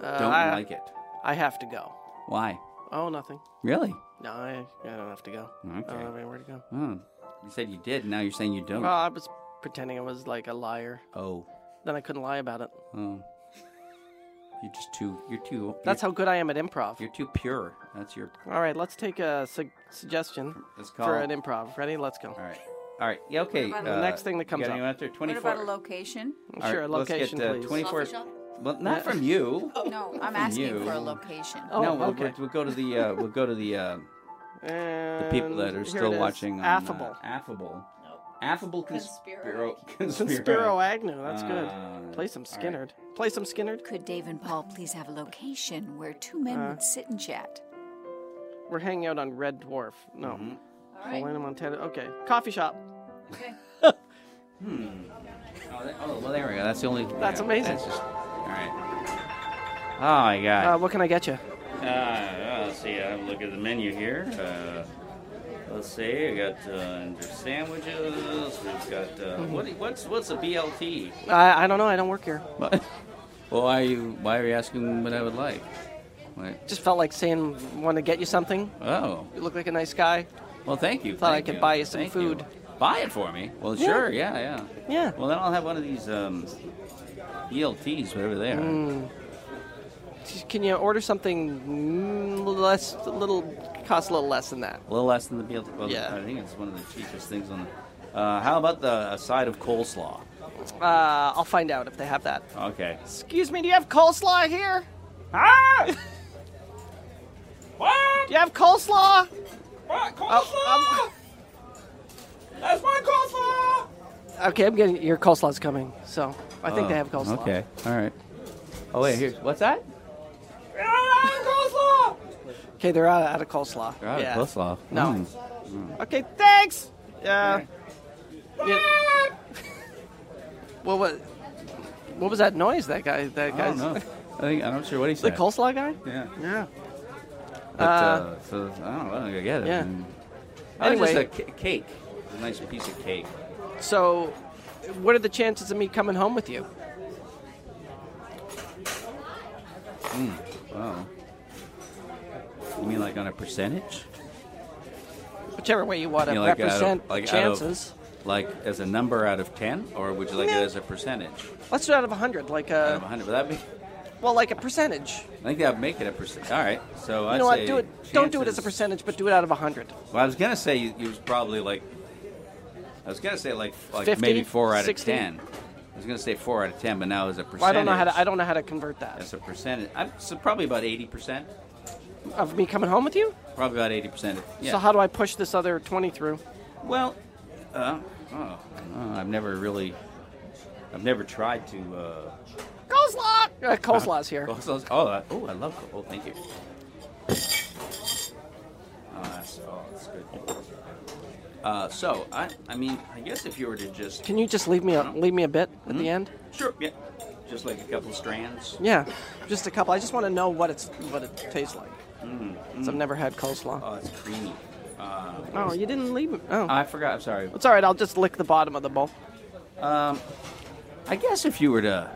Speaker 2: Uh,
Speaker 1: Don't
Speaker 2: I,
Speaker 1: like it.
Speaker 2: I have to go.
Speaker 1: Why?
Speaker 2: Oh, nothing.
Speaker 1: Really?
Speaker 2: No, I, I don't have to go. I
Speaker 1: Okay. Hmm.
Speaker 2: don't have anywhere to go.
Speaker 1: Oh, you said you did. Now you're saying you don't.
Speaker 2: Well, I was pretending I was like a liar.
Speaker 1: oh.
Speaker 2: Then I couldn't lie about it.
Speaker 1: Oh. You're just too. You're too.
Speaker 2: That's how good I am at improv.
Speaker 1: You're, you're too pure. That's your.
Speaker 2: All right, let's take a su- suggestion
Speaker 1: That's called.
Speaker 2: for an improv. Ready? Let's go.
Speaker 1: All right. All right. Yeah. Okay. uh,
Speaker 3: about
Speaker 2: the next thing that comes
Speaker 1: you
Speaker 2: up?
Speaker 1: got anyone out there?
Speaker 3: What
Speaker 1: Twenty-four.
Speaker 3: about a location?
Speaker 1: All right,
Speaker 2: sure,
Speaker 1: let's get,
Speaker 2: location,
Speaker 1: uh,
Speaker 2: please.
Speaker 1: 24
Speaker 4: Coffee shop?
Speaker 1: Well, not from you.
Speaker 3: No, I'm asking
Speaker 1: you.
Speaker 3: for a location.
Speaker 2: Oh,
Speaker 1: no, we'll,
Speaker 2: okay.
Speaker 1: we'll, we'll go to the uh, we'll go to the uh, the people that
Speaker 2: And
Speaker 1: are
Speaker 2: here
Speaker 1: still
Speaker 2: it is.
Speaker 1: watching. On, uh,
Speaker 2: Affable.
Speaker 1: affable.
Speaker 4: Nope.
Speaker 1: Affable
Speaker 4: Conspiro.
Speaker 1: conspiro.
Speaker 2: Spiro Agnew. That's
Speaker 1: Uh,
Speaker 2: good. Play some
Speaker 1: all right.
Speaker 2: Skinnerd. Play some Skinnerd.
Speaker 3: Could Dave and Paul please have a location where two men would sit and chat?
Speaker 2: We're hanging out on Red Dwarf. No.
Speaker 1: Mm-hmm.
Speaker 4: All right.
Speaker 2: Helena, Montana. Okay. Coffee shop.
Speaker 4: Okay.
Speaker 1: Oh, that- oh, well, there we go. That's the only.
Speaker 2: That's
Speaker 1: yeah,
Speaker 2: amazing.
Speaker 1: That's just, all right. Oh my God.
Speaker 2: Uh, what can I get you?
Speaker 5: Uh, well, let's see. I have a look at the menu here. Uh, let's see. I got uh, there's sandwiches. We've got uh,
Speaker 2: Mm-hmm.
Speaker 5: what, what's what's a BLT?
Speaker 2: I, I don't know. I don't work here.
Speaker 1: What? Well, why are you? Why are you asking what I would like? Wait.
Speaker 2: Just felt like saying, want to get you something.
Speaker 1: Oh,
Speaker 2: You look like a nice guy.
Speaker 1: well, thank you.
Speaker 2: Thought I
Speaker 1: thank
Speaker 2: could buy you some
Speaker 1: thank
Speaker 2: food.
Speaker 1: Buy it for me. Well,
Speaker 2: Yeah.
Speaker 1: sure. Yeah, yeah.
Speaker 2: Yeah.
Speaker 1: Well, then I'll have one of these um, ELTs, whatever they are.
Speaker 2: Mm. Can you order something mm, less, a little, cost a little less than that?
Speaker 1: A little less than the BLT. Well,
Speaker 2: Yeah.
Speaker 1: I think it's one of the cheapest things on the. Uh, how about the a side of coleslaw?
Speaker 2: Uh, I'll find out if they have that.
Speaker 1: Okay.
Speaker 2: Excuse me, do you have coleslaw here?
Speaker 5: Ah! what?
Speaker 2: Do you have coleslaw?
Speaker 5: What
Speaker 2: Oh,
Speaker 5: That's my coleslaw.
Speaker 2: um, okay, I'm getting your coleslaw's coming, so I think they have coleslaw.
Speaker 1: Oh, Okay. All right. Oh wait, here's what's that?
Speaker 5: Ah, coleslaw.
Speaker 2: Okay, they're out, out of coleslaw.
Speaker 1: They're out of
Speaker 2: yeah.
Speaker 1: coleslaw.
Speaker 2: No.
Speaker 1: Mm.
Speaker 2: Okay, thanks. Yeah. Yeah. what was what was that noise? That guy. That
Speaker 1: I
Speaker 2: guy's
Speaker 1: don't know. I think I'm not sure what he
Speaker 2: the
Speaker 1: said.
Speaker 2: coleslaw guy.
Speaker 1: Yeah.
Speaker 2: Yeah.
Speaker 1: But, uh,
Speaker 2: Uh,
Speaker 1: so I don't know. I don't get it.
Speaker 2: yeah.
Speaker 1: And- Oh, just
Speaker 2: Anyway.
Speaker 1: a ca- cake. A nice piece of cake.
Speaker 2: So, what are the chances of me coming home with you?
Speaker 1: Wow. You mean like on a percentage?
Speaker 2: Whichever way you want to
Speaker 1: You know, like out of-
Speaker 2: represent the
Speaker 1: like out of-
Speaker 2: chances.
Speaker 1: Like as a number out of 10? Or would you like
Speaker 2: No.
Speaker 1: it as a percentage?
Speaker 2: Let's do it out of hundred, like
Speaker 1: Out of
Speaker 2: a
Speaker 1: 100. Would that be?
Speaker 2: well, like a percentage.
Speaker 1: I think that would make it a percent. All right. So I'd
Speaker 2: You know what?
Speaker 1: say
Speaker 2: Do it. Don't do it as a
Speaker 1: chances-
Speaker 2: percentage, but do it out of hundred.
Speaker 1: Well, I was going to say you, you was probably like. I was going to say like like
Speaker 2: 50,
Speaker 1: maybe 4 out
Speaker 2: 60?
Speaker 1: of 10. I was going to say 4 out of 10, but now as a percentage.
Speaker 2: Well, I don't know how to. I don't know how to convert that.
Speaker 1: As a percentage. I'm, so probably about 80%.
Speaker 2: Of me coming home with you.
Speaker 1: Probably about 80%. Yeah.
Speaker 2: So how do I push this other twenty through?
Speaker 1: Well, uh, oh, oh, I've never really, I've never tried to. Uh,
Speaker 2: Coleslaw. Uh, coleslaw's here.
Speaker 1: oh, so- oh, I- oh, I love. Oh, thank you. Oh, that's, oh, that's good. Uh, so I, I mean, I guess if you were to just,
Speaker 2: Can you just leave me a
Speaker 1: Uh-huh.
Speaker 2: leave me a bit at
Speaker 1: Mm-hmm.
Speaker 2: the end?
Speaker 1: sure, yeah, just like a couple strands.
Speaker 2: Yeah, just a couple. I just want to know what it's what it tastes like.
Speaker 1: Mm-hmm.
Speaker 2: Since I've never had coleslaw.
Speaker 1: Oh, it's creamy. Uh,
Speaker 2: Oh, you didn't leave. it- Oh,
Speaker 1: I forgot. I'm sorry.
Speaker 2: it's all right. I'll just lick the bottom of the bowl.
Speaker 1: I guess if you were to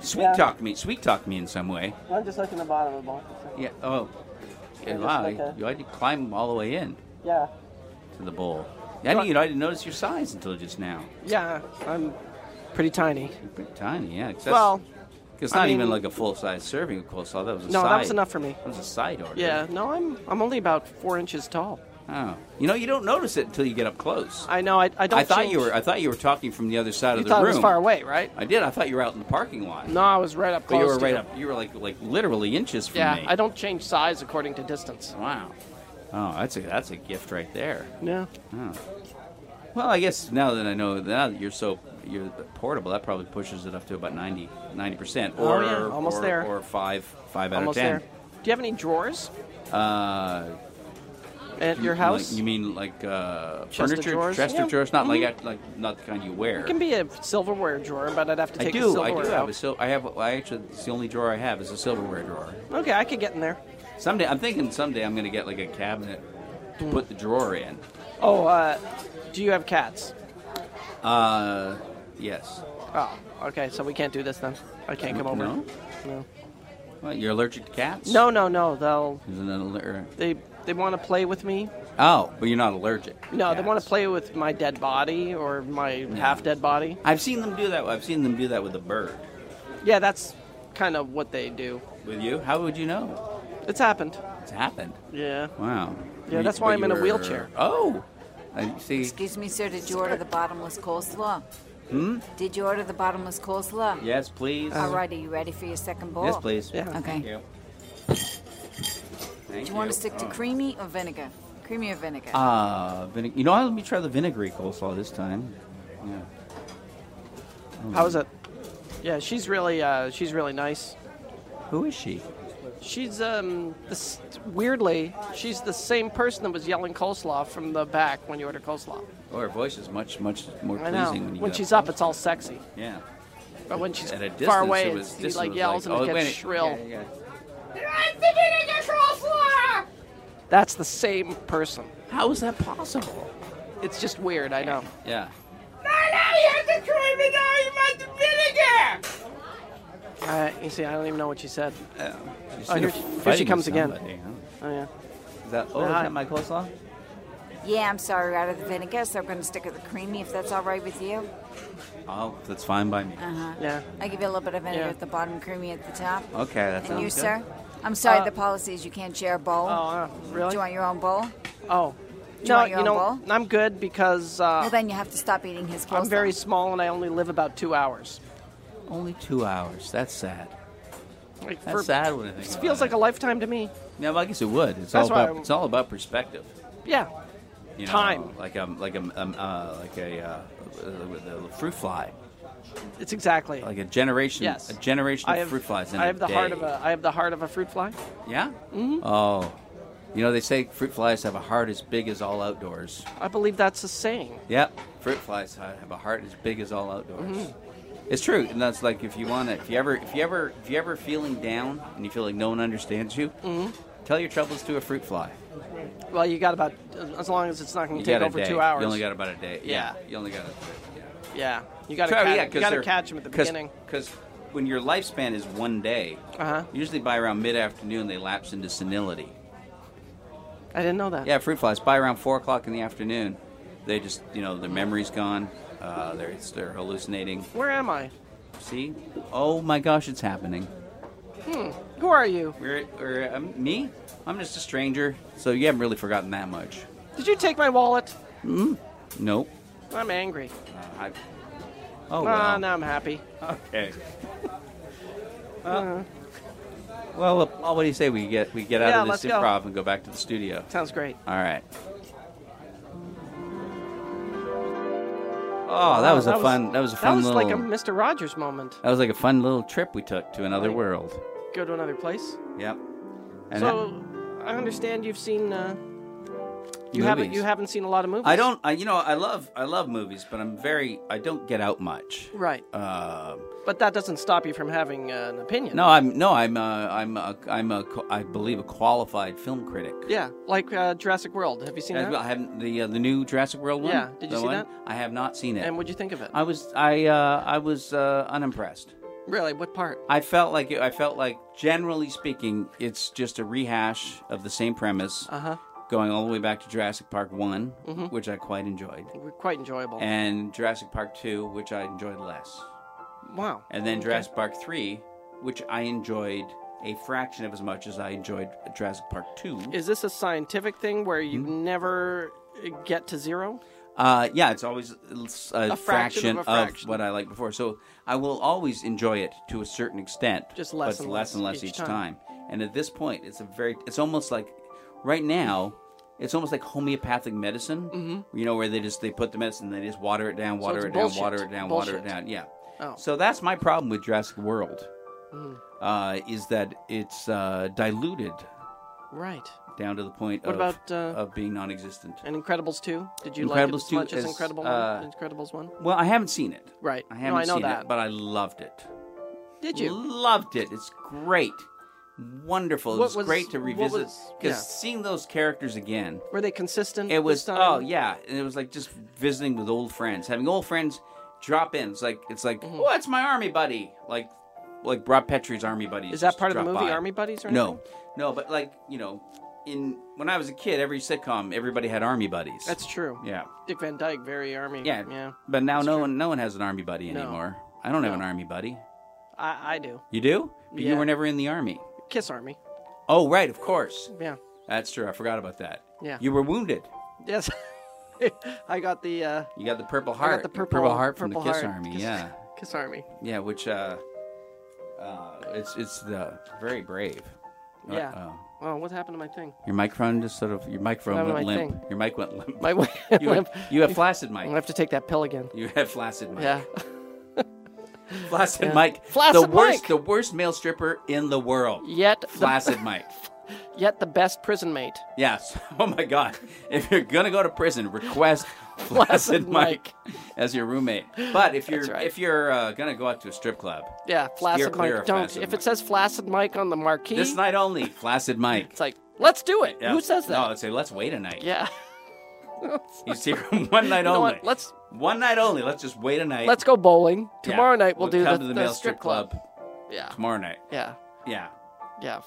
Speaker 1: sweet talk me, sweet talk me in some way.
Speaker 2: I'm just licking the bottom of the bowl.
Speaker 1: Yeah. Oh. Yeah,
Speaker 2: just
Speaker 1: wow.
Speaker 2: like a-
Speaker 1: You had to climb all the way in.
Speaker 2: Yeah,
Speaker 1: to the bowl. I didn't, you know, I didn't notice your size until just now.
Speaker 2: yeah. I'm pretty tiny.
Speaker 1: You're pretty tiny, yeah. 'cause that's-
Speaker 2: Well,
Speaker 1: 'cause it's
Speaker 2: I
Speaker 1: not even
Speaker 2: mean-
Speaker 1: like a full size serving of coleslaw. That was a
Speaker 2: no,
Speaker 1: side.
Speaker 2: that was enough for me.
Speaker 1: That was a side order.
Speaker 2: Yeah, no, I'm I'm only about four inches tall.
Speaker 1: Oh, you know, you don't notice it until you get up close.
Speaker 2: I know. I, I don't.
Speaker 1: I thought
Speaker 2: change.
Speaker 1: you were. I thought you were talking from the other side
Speaker 2: You
Speaker 1: of the
Speaker 2: thought
Speaker 1: room.
Speaker 2: it was far away, right?
Speaker 1: I did. I thought you were out in the parking lot.
Speaker 2: No, I was right up
Speaker 1: but
Speaker 2: close.
Speaker 1: you were
Speaker 2: to
Speaker 1: right
Speaker 2: you.
Speaker 1: up. You were like like literally inches from
Speaker 2: Yeah,
Speaker 1: me.
Speaker 2: I don't change size according to distance.
Speaker 1: Wow. Oh, that's a that's a gift right there.
Speaker 2: Yeah.
Speaker 1: Oh. Well, I guess now that I know now that you're so you're portable, that probably pushes it up to about 90 percent,
Speaker 2: Oh,
Speaker 1: or
Speaker 2: yeah, almost
Speaker 1: or,
Speaker 2: there.
Speaker 1: or five five out
Speaker 2: Almost
Speaker 1: of ten.
Speaker 2: there. you have any drawers
Speaker 1: Uh,
Speaker 2: at your
Speaker 1: like-
Speaker 2: house?
Speaker 1: you mean like uh,
Speaker 2: Chest of
Speaker 1: furniture,
Speaker 2: drawers?
Speaker 1: chest
Speaker 2: Yeah. Mm-hmm.
Speaker 1: of drawers? Not like act- like not the kind you wear.
Speaker 2: it can be a silverware drawer, but I'd have to
Speaker 1: I
Speaker 2: take the
Speaker 1: do. I
Speaker 2: silverware
Speaker 1: do
Speaker 2: out.
Speaker 1: have a sil- I have. I actually. It's the only drawer I have is a silverware drawer.
Speaker 2: Okay, I could get in there.
Speaker 1: Someday, I'm thinking someday I'm gonna get like a cabinet to put the drawer in.
Speaker 2: Oh, uh, do you have cats?
Speaker 1: Uh, yes.
Speaker 2: Oh, okay, so we can't do this then. I can't come over.
Speaker 1: No?
Speaker 2: No,
Speaker 1: What, you're allergic to cats?
Speaker 2: no, no, no. They'll
Speaker 1: Is it an aller-
Speaker 2: they they want to play with me.
Speaker 1: oh, but you're not allergic. to
Speaker 2: No, they want
Speaker 1: cats.
Speaker 2: to play with my dead body or my half dead body.
Speaker 1: I've seen them do that. I've seen them do that with a bird.
Speaker 2: Yeah, that's kind of what they do.
Speaker 1: With you? How would you know?
Speaker 2: It's happened.
Speaker 1: It's happened.
Speaker 2: Yeah.
Speaker 1: Wow.
Speaker 2: Yeah,
Speaker 1: You-
Speaker 2: that's why
Speaker 1: but
Speaker 2: I'm
Speaker 1: you
Speaker 2: in a
Speaker 1: were-
Speaker 2: wheelchair.
Speaker 1: Oh, I see.
Speaker 3: Excuse me, sir. Did you order the bottomless coleslaw? Hmm? Did you order the bottomless coleslaw?
Speaker 1: Yes, please.
Speaker 3: All right, are you ready for your second bowl?
Speaker 1: Yes, please.
Speaker 2: Yeah.
Speaker 3: Okay.
Speaker 5: Thank you.
Speaker 3: Do
Speaker 5: Thank
Speaker 3: you want to stick to
Speaker 5: Oh.
Speaker 3: creamy or vinegar? Creamy or vinegar?
Speaker 1: Uh, vinegar. You know, what? let me try the vinegary coleslaw this time. Yeah.
Speaker 2: How is it? Yeah, she's really uh, she's really nice.
Speaker 1: Who is she?
Speaker 2: She's um this, weirdly she's the same person that was yelling coleslaw from the back when you order coleslaw.
Speaker 1: Oh, her voice is much, much more
Speaker 2: I
Speaker 1: pleasing
Speaker 2: know.
Speaker 1: when you
Speaker 2: When
Speaker 1: get
Speaker 2: she's up, it's all sexy.
Speaker 1: Yeah.
Speaker 2: But when she's
Speaker 1: At a distance,
Speaker 2: far away,
Speaker 1: it was,
Speaker 2: it's,
Speaker 1: distance
Speaker 2: she like
Speaker 1: was
Speaker 2: yells
Speaker 1: like,
Speaker 2: and
Speaker 1: oh,
Speaker 2: it
Speaker 1: wait,
Speaker 2: gets
Speaker 1: it-
Speaker 2: shrill.
Speaker 1: yeah, yeah.
Speaker 2: That's the same person.
Speaker 1: How is that possible?
Speaker 2: It's just weird. I know.
Speaker 1: Yeah.
Speaker 2: Uh, you see, I don't even know what she said.
Speaker 1: Uh, she's
Speaker 2: Oh,
Speaker 1: in
Speaker 2: here
Speaker 1: a
Speaker 2: she- here she
Speaker 1: fighting with
Speaker 2: comes again.
Speaker 1: somebody, huh?
Speaker 2: Oh yeah.
Speaker 1: Is that, oh, is
Speaker 2: Hi.
Speaker 1: that my coleslaw?
Speaker 3: yeah, I'm sorry, out of the vinegar, so I'm going to stick with the creamy if that's all right with you.
Speaker 1: Oh, that's fine by me.
Speaker 3: Uh-huh.
Speaker 2: Yeah.
Speaker 3: I give you a little bit of vinegar
Speaker 2: Yeah.
Speaker 3: at the bottom, creamy at the top.
Speaker 1: Okay, that sounds
Speaker 3: and you,
Speaker 1: good.
Speaker 3: sir? I'm sorry,
Speaker 2: Uh,
Speaker 3: the policy is you can't share a bowl.
Speaker 2: Oh, uh,
Speaker 3: Do
Speaker 2: really?
Speaker 3: you want your own bowl?
Speaker 1: Uh,
Speaker 2: oh.
Speaker 3: you
Speaker 2: No,
Speaker 3: want
Speaker 2: you
Speaker 3: your own
Speaker 2: know,
Speaker 3: bowl?
Speaker 2: I'm good because uh,
Speaker 3: Well, then you have to stop eating his coleslaw.
Speaker 2: I'm very small and I only live about two hours.
Speaker 1: Only two hours. That's sad.
Speaker 2: Like,
Speaker 1: That's
Speaker 2: for-
Speaker 1: sad when I think
Speaker 2: It
Speaker 1: about
Speaker 2: feels
Speaker 1: it.
Speaker 2: like a lifetime to me.
Speaker 1: Yeah, well, I guess it would. It's all
Speaker 2: That's why
Speaker 1: about.
Speaker 2: I'm-
Speaker 1: It's all about perspective.
Speaker 2: Yeah.
Speaker 1: You know,
Speaker 2: Time.
Speaker 1: Like a like a um, uh, like a uh, with a fruit fly,
Speaker 2: It's exactly.
Speaker 1: like a generation.
Speaker 2: Yes.
Speaker 1: A generation
Speaker 2: I
Speaker 1: of
Speaker 2: have
Speaker 1: fruit flies in
Speaker 2: I
Speaker 1: a
Speaker 2: have the
Speaker 1: day.
Speaker 2: heart of a I have the heart of a fruit fly.
Speaker 1: Yeah. Mm-hmm. Oh, you know they say fruit flies have a heart as big as all outdoors.
Speaker 2: I believe that's a saying.
Speaker 1: Yep. Fruit flies ha- have a heart as big as all outdoors.
Speaker 2: Mm-hmm.
Speaker 1: It's true, and that's like if you want to, if you ever, if you ever, if you ever feeling down and you feel like no one understands you,
Speaker 2: Mm-hmm.
Speaker 1: tell your troubles to a fruit fly.
Speaker 2: Well, you got about as long as it's not going
Speaker 1: You
Speaker 2: to take
Speaker 1: got a
Speaker 2: over
Speaker 1: day.
Speaker 2: two hours.
Speaker 1: You only got about a day. Yeah.
Speaker 2: Yeah.
Speaker 1: You only got. A, yeah.
Speaker 2: yeah, you got to
Speaker 1: Sure,
Speaker 2: catch,
Speaker 1: yeah,
Speaker 2: you got to catch them at the beginning.
Speaker 1: Because when your lifespan is one day,
Speaker 2: Uh-huh.
Speaker 1: usually by around mid-afternoon they lapse into senility.
Speaker 2: I didn't know that.
Speaker 1: Yeah, fruit flies. By around four o'clock in the afternoon, they just you know their memory's gone. Uh, they're it's, they're hallucinating.
Speaker 2: Where am I?
Speaker 1: See? Oh my gosh, it's happening.
Speaker 2: Who are you?
Speaker 1: We're, we're um, me. I'm just a stranger, so you haven't really forgotten that much.
Speaker 2: Did you take my wallet?
Speaker 1: Nope.
Speaker 2: I'm angry.
Speaker 1: Uh, I, oh
Speaker 2: Ah,
Speaker 1: well.
Speaker 2: now I'm happy.
Speaker 1: Okay. Uh, well, well, well, what do you say we get we get out
Speaker 2: Uh-huh. Yeah,
Speaker 1: of this
Speaker 2: let's go.
Speaker 1: improv and go back to the studio?
Speaker 2: Sounds great.
Speaker 1: All right. Oh, that was a fun. that was a fun
Speaker 2: Uh, That was
Speaker 1: little.
Speaker 2: like a Mr. Rogers moment.
Speaker 1: that was like a fun little trip we took to another
Speaker 2: Right.
Speaker 1: world.
Speaker 2: Go to another place.
Speaker 1: Yep. And that-
Speaker 2: so I understand you've seen. Uh, you haven't
Speaker 1: movies.
Speaker 2: you haven't seen a lot of movies.
Speaker 1: I don't. I, you know, I love I love movies, but I'm very. I don't get out much.
Speaker 2: Right,
Speaker 1: Uh,
Speaker 2: but that doesn't stop you from having uh, an opinion.
Speaker 1: no, I'm no, I'm uh, I'm a, I'm a qu- I believe a qualified film critic.
Speaker 2: Yeah, like uh, Jurassic World. Have you seen
Speaker 1: As
Speaker 2: that?
Speaker 1: well, I haven't the uh, the new Jurassic World one.
Speaker 2: Yeah, did you
Speaker 1: the
Speaker 2: see
Speaker 1: one?
Speaker 2: that?
Speaker 1: I have not seen it.
Speaker 2: And what'd you think of it?
Speaker 1: I was I uh, I was uh, unimpressed.
Speaker 2: really, what part?
Speaker 1: I felt like I felt like generally speaking, it's just a rehash of the same premise,
Speaker 2: Uh huh.
Speaker 1: going all the way back to Jurassic Park one,
Speaker 2: Mm-hmm.
Speaker 1: which I quite enjoyed,
Speaker 2: Quite enjoyable.
Speaker 1: and Jurassic Park two, which I enjoyed less,
Speaker 2: wow.
Speaker 1: and then Jurassic Park three, which I enjoyed a fraction of as much as I enjoyed Jurassic Park two.
Speaker 2: Is this a scientific thing where you
Speaker 1: Hmm?
Speaker 2: never uh, get to zero?
Speaker 1: Uh, yeah, it's always a, fraction,
Speaker 2: fraction of a
Speaker 1: of,
Speaker 2: fraction.
Speaker 1: what I liked before. So I will always enjoy it to a certain extent,
Speaker 2: Just less
Speaker 1: but
Speaker 2: and
Speaker 1: less and less each, time.
Speaker 2: time.
Speaker 1: And at this point, it's a very, it's almost like, right now, it's almost like homeopathic medicine. Mm-hmm. You know, where they just they put the medicine, they just water it down, water
Speaker 2: it's
Speaker 1: it down,
Speaker 2: bullshit.
Speaker 1: water it down, water it
Speaker 2: Bullshit.
Speaker 1: down. Yeah.
Speaker 2: Oh. Mm.
Speaker 1: So that's my problem with Jurassic World. uh, is that it's uh, diluted
Speaker 2: Right.
Speaker 1: down to the point
Speaker 2: What
Speaker 1: of,
Speaker 2: about, uh,
Speaker 1: of being non-existent.
Speaker 2: And Incredibles 2? Did you like it
Speaker 1: Incredibles
Speaker 2: as
Speaker 1: 2
Speaker 2: much as
Speaker 1: is,
Speaker 2: Incredible
Speaker 1: uh,
Speaker 2: 1? Incredibles 1?
Speaker 1: Well, I haven't seen it.
Speaker 2: Right.
Speaker 1: I
Speaker 2: No,
Speaker 1: haven't
Speaker 2: I know
Speaker 1: seen
Speaker 2: that.
Speaker 1: it, but I loved it.
Speaker 2: Did you?
Speaker 1: Loved it. It's great. Wonderful.
Speaker 2: What
Speaker 1: it was,
Speaker 2: was-
Speaker 1: great to
Speaker 2: what
Speaker 1: revisit
Speaker 2: was-
Speaker 1: because
Speaker 2: yeah.
Speaker 1: seeing those characters again,
Speaker 2: Were they consistent?
Speaker 1: it was
Speaker 2: This time?
Speaker 1: oh yeah, and it was like just visiting with old friends, having old friends drop in. It's like it's like
Speaker 2: Mm-hmm.
Speaker 1: oh, it's my army buddy, like like Rob Petrie's army buddy.
Speaker 2: Is that part of the movie, Army Buddies? Or
Speaker 1: No,
Speaker 2: anything?
Speaker 1: no, but like you know, in when I was a kid, every sitcom everybody had army buddies.
Speaker 2: That's true.
Speaker 1: yeah,
Speaker 2: Dick Van Dyke, very Army.
Speaker 1: yeah,
Speaker 2: Yeah.
Speaker 1: But now no one no one has an army buddy
Speaker 2: No.
Speaker 1: anymore. I don't have an army buddy.
Speaker 2: I, I do.
Speaker 1: You do? But
Speaker 2: Yeah.
Speaker 1: you were never in the army.
Speaker 2: Kiss Army.
Speaker 1: Oh, right, of course.
Speaker 2: Yeah.
Speaker 1: That's true. I forgot about that.
Speaker 2: Yeah.
Speaker 1: You were wounded.
Speaker 2: Yes. I got the uh,
Speaker 1: You got the Purple
Speaker 2: I
Speaker 1: Heart.
Speaker 2: got the purple,
Speaker 1: Heart from
Speaker 2: purple
Speaker 1: the Kiss
Speaker 2: heart.
Speaker 1: Army.
Speaker 2: Kiss-
Speaker 1: Yeah.
Speaker 2: Kiss Army.
Speaker 1: Yeah, which uh uh it's it's the very brave.
Speaker 2: Yeah.
Speaker 1: Uh-oh.
Speaker 2: Oh, what happened to my thing?
Speaker 1: Your microphone just sort of your microphone
Speaker 2: Not
Speaker 1: went
Speaker 2: my
Speaker 1: limp.
Speaker 2: thing.
Speaker 1: Your mic went limp.
Speaker 2: My
Speaker 1: you, Have, you have flaccid
Speaker 2: I'm gonna
Speaker 1: mic.
Speaker 2: have to take that pill again.
Speaker 1: You have flaccid mic.
Speaker 2: Yeah.
Speaker 1: Flaccid mic.
Speaker 2: Flaccid
Speaker 1: the worst
Speaker 2: mic.
Speaker 1: the worst male stripper in the world.
Speaker 2: Yet the,
Speaker 1: Flaccid mic.
Speaker 2: yet the best prison mate.
Speaker 1: Yes. Oh my God. If you're gonna go to prison, request Flaccid
Speaker 2: Flaccid Mike.
Speaker 1: Mike as your roommate. But if you're
Speaker 2: That's right.
Speaker 1: if you're uh, gonna go out to a strip club,
Speaker 2: Yeah, flaccid
Speaker 1: clear
Speaker 2: Mike.
Speaker 1: of
Speaker 2: Don't.
Speaker 1: Flaccid
Speaker 2: If
Speaker 1: Mike.
Speaker 2: it says flaccid Mike on the marquee,
Speaker 1: this night only, Flaccid Mike.
Speaker 2: it's like let's do it.
Speaker 1: Yeah.
Speaker 2: Who says that?
Speaker 1: No, I'd say let's wait a night.
Speaker 2: yeah.
Speaker 1: He's here one night
Speaker 2: know
Speaker 1: only.
Speaker 2: what? Let's-
Speaker 1: one night only. Let's just wait a night.
Speaker 2: Let's go bowling
Speaker 1: Yeah.
Speaker 2: tomorrow night. We'll, do
Speaker 1: come
Speaker 2: the,
Speaker 1: to the,
Speaker 2: the
Speaker 1: male
Speaker 2: strip club. Yeah.
Speaker 1: tomorrow night.
Speaker 2: Yeah.
Speaker 1: Yeah,
Speaker 2: Yeah.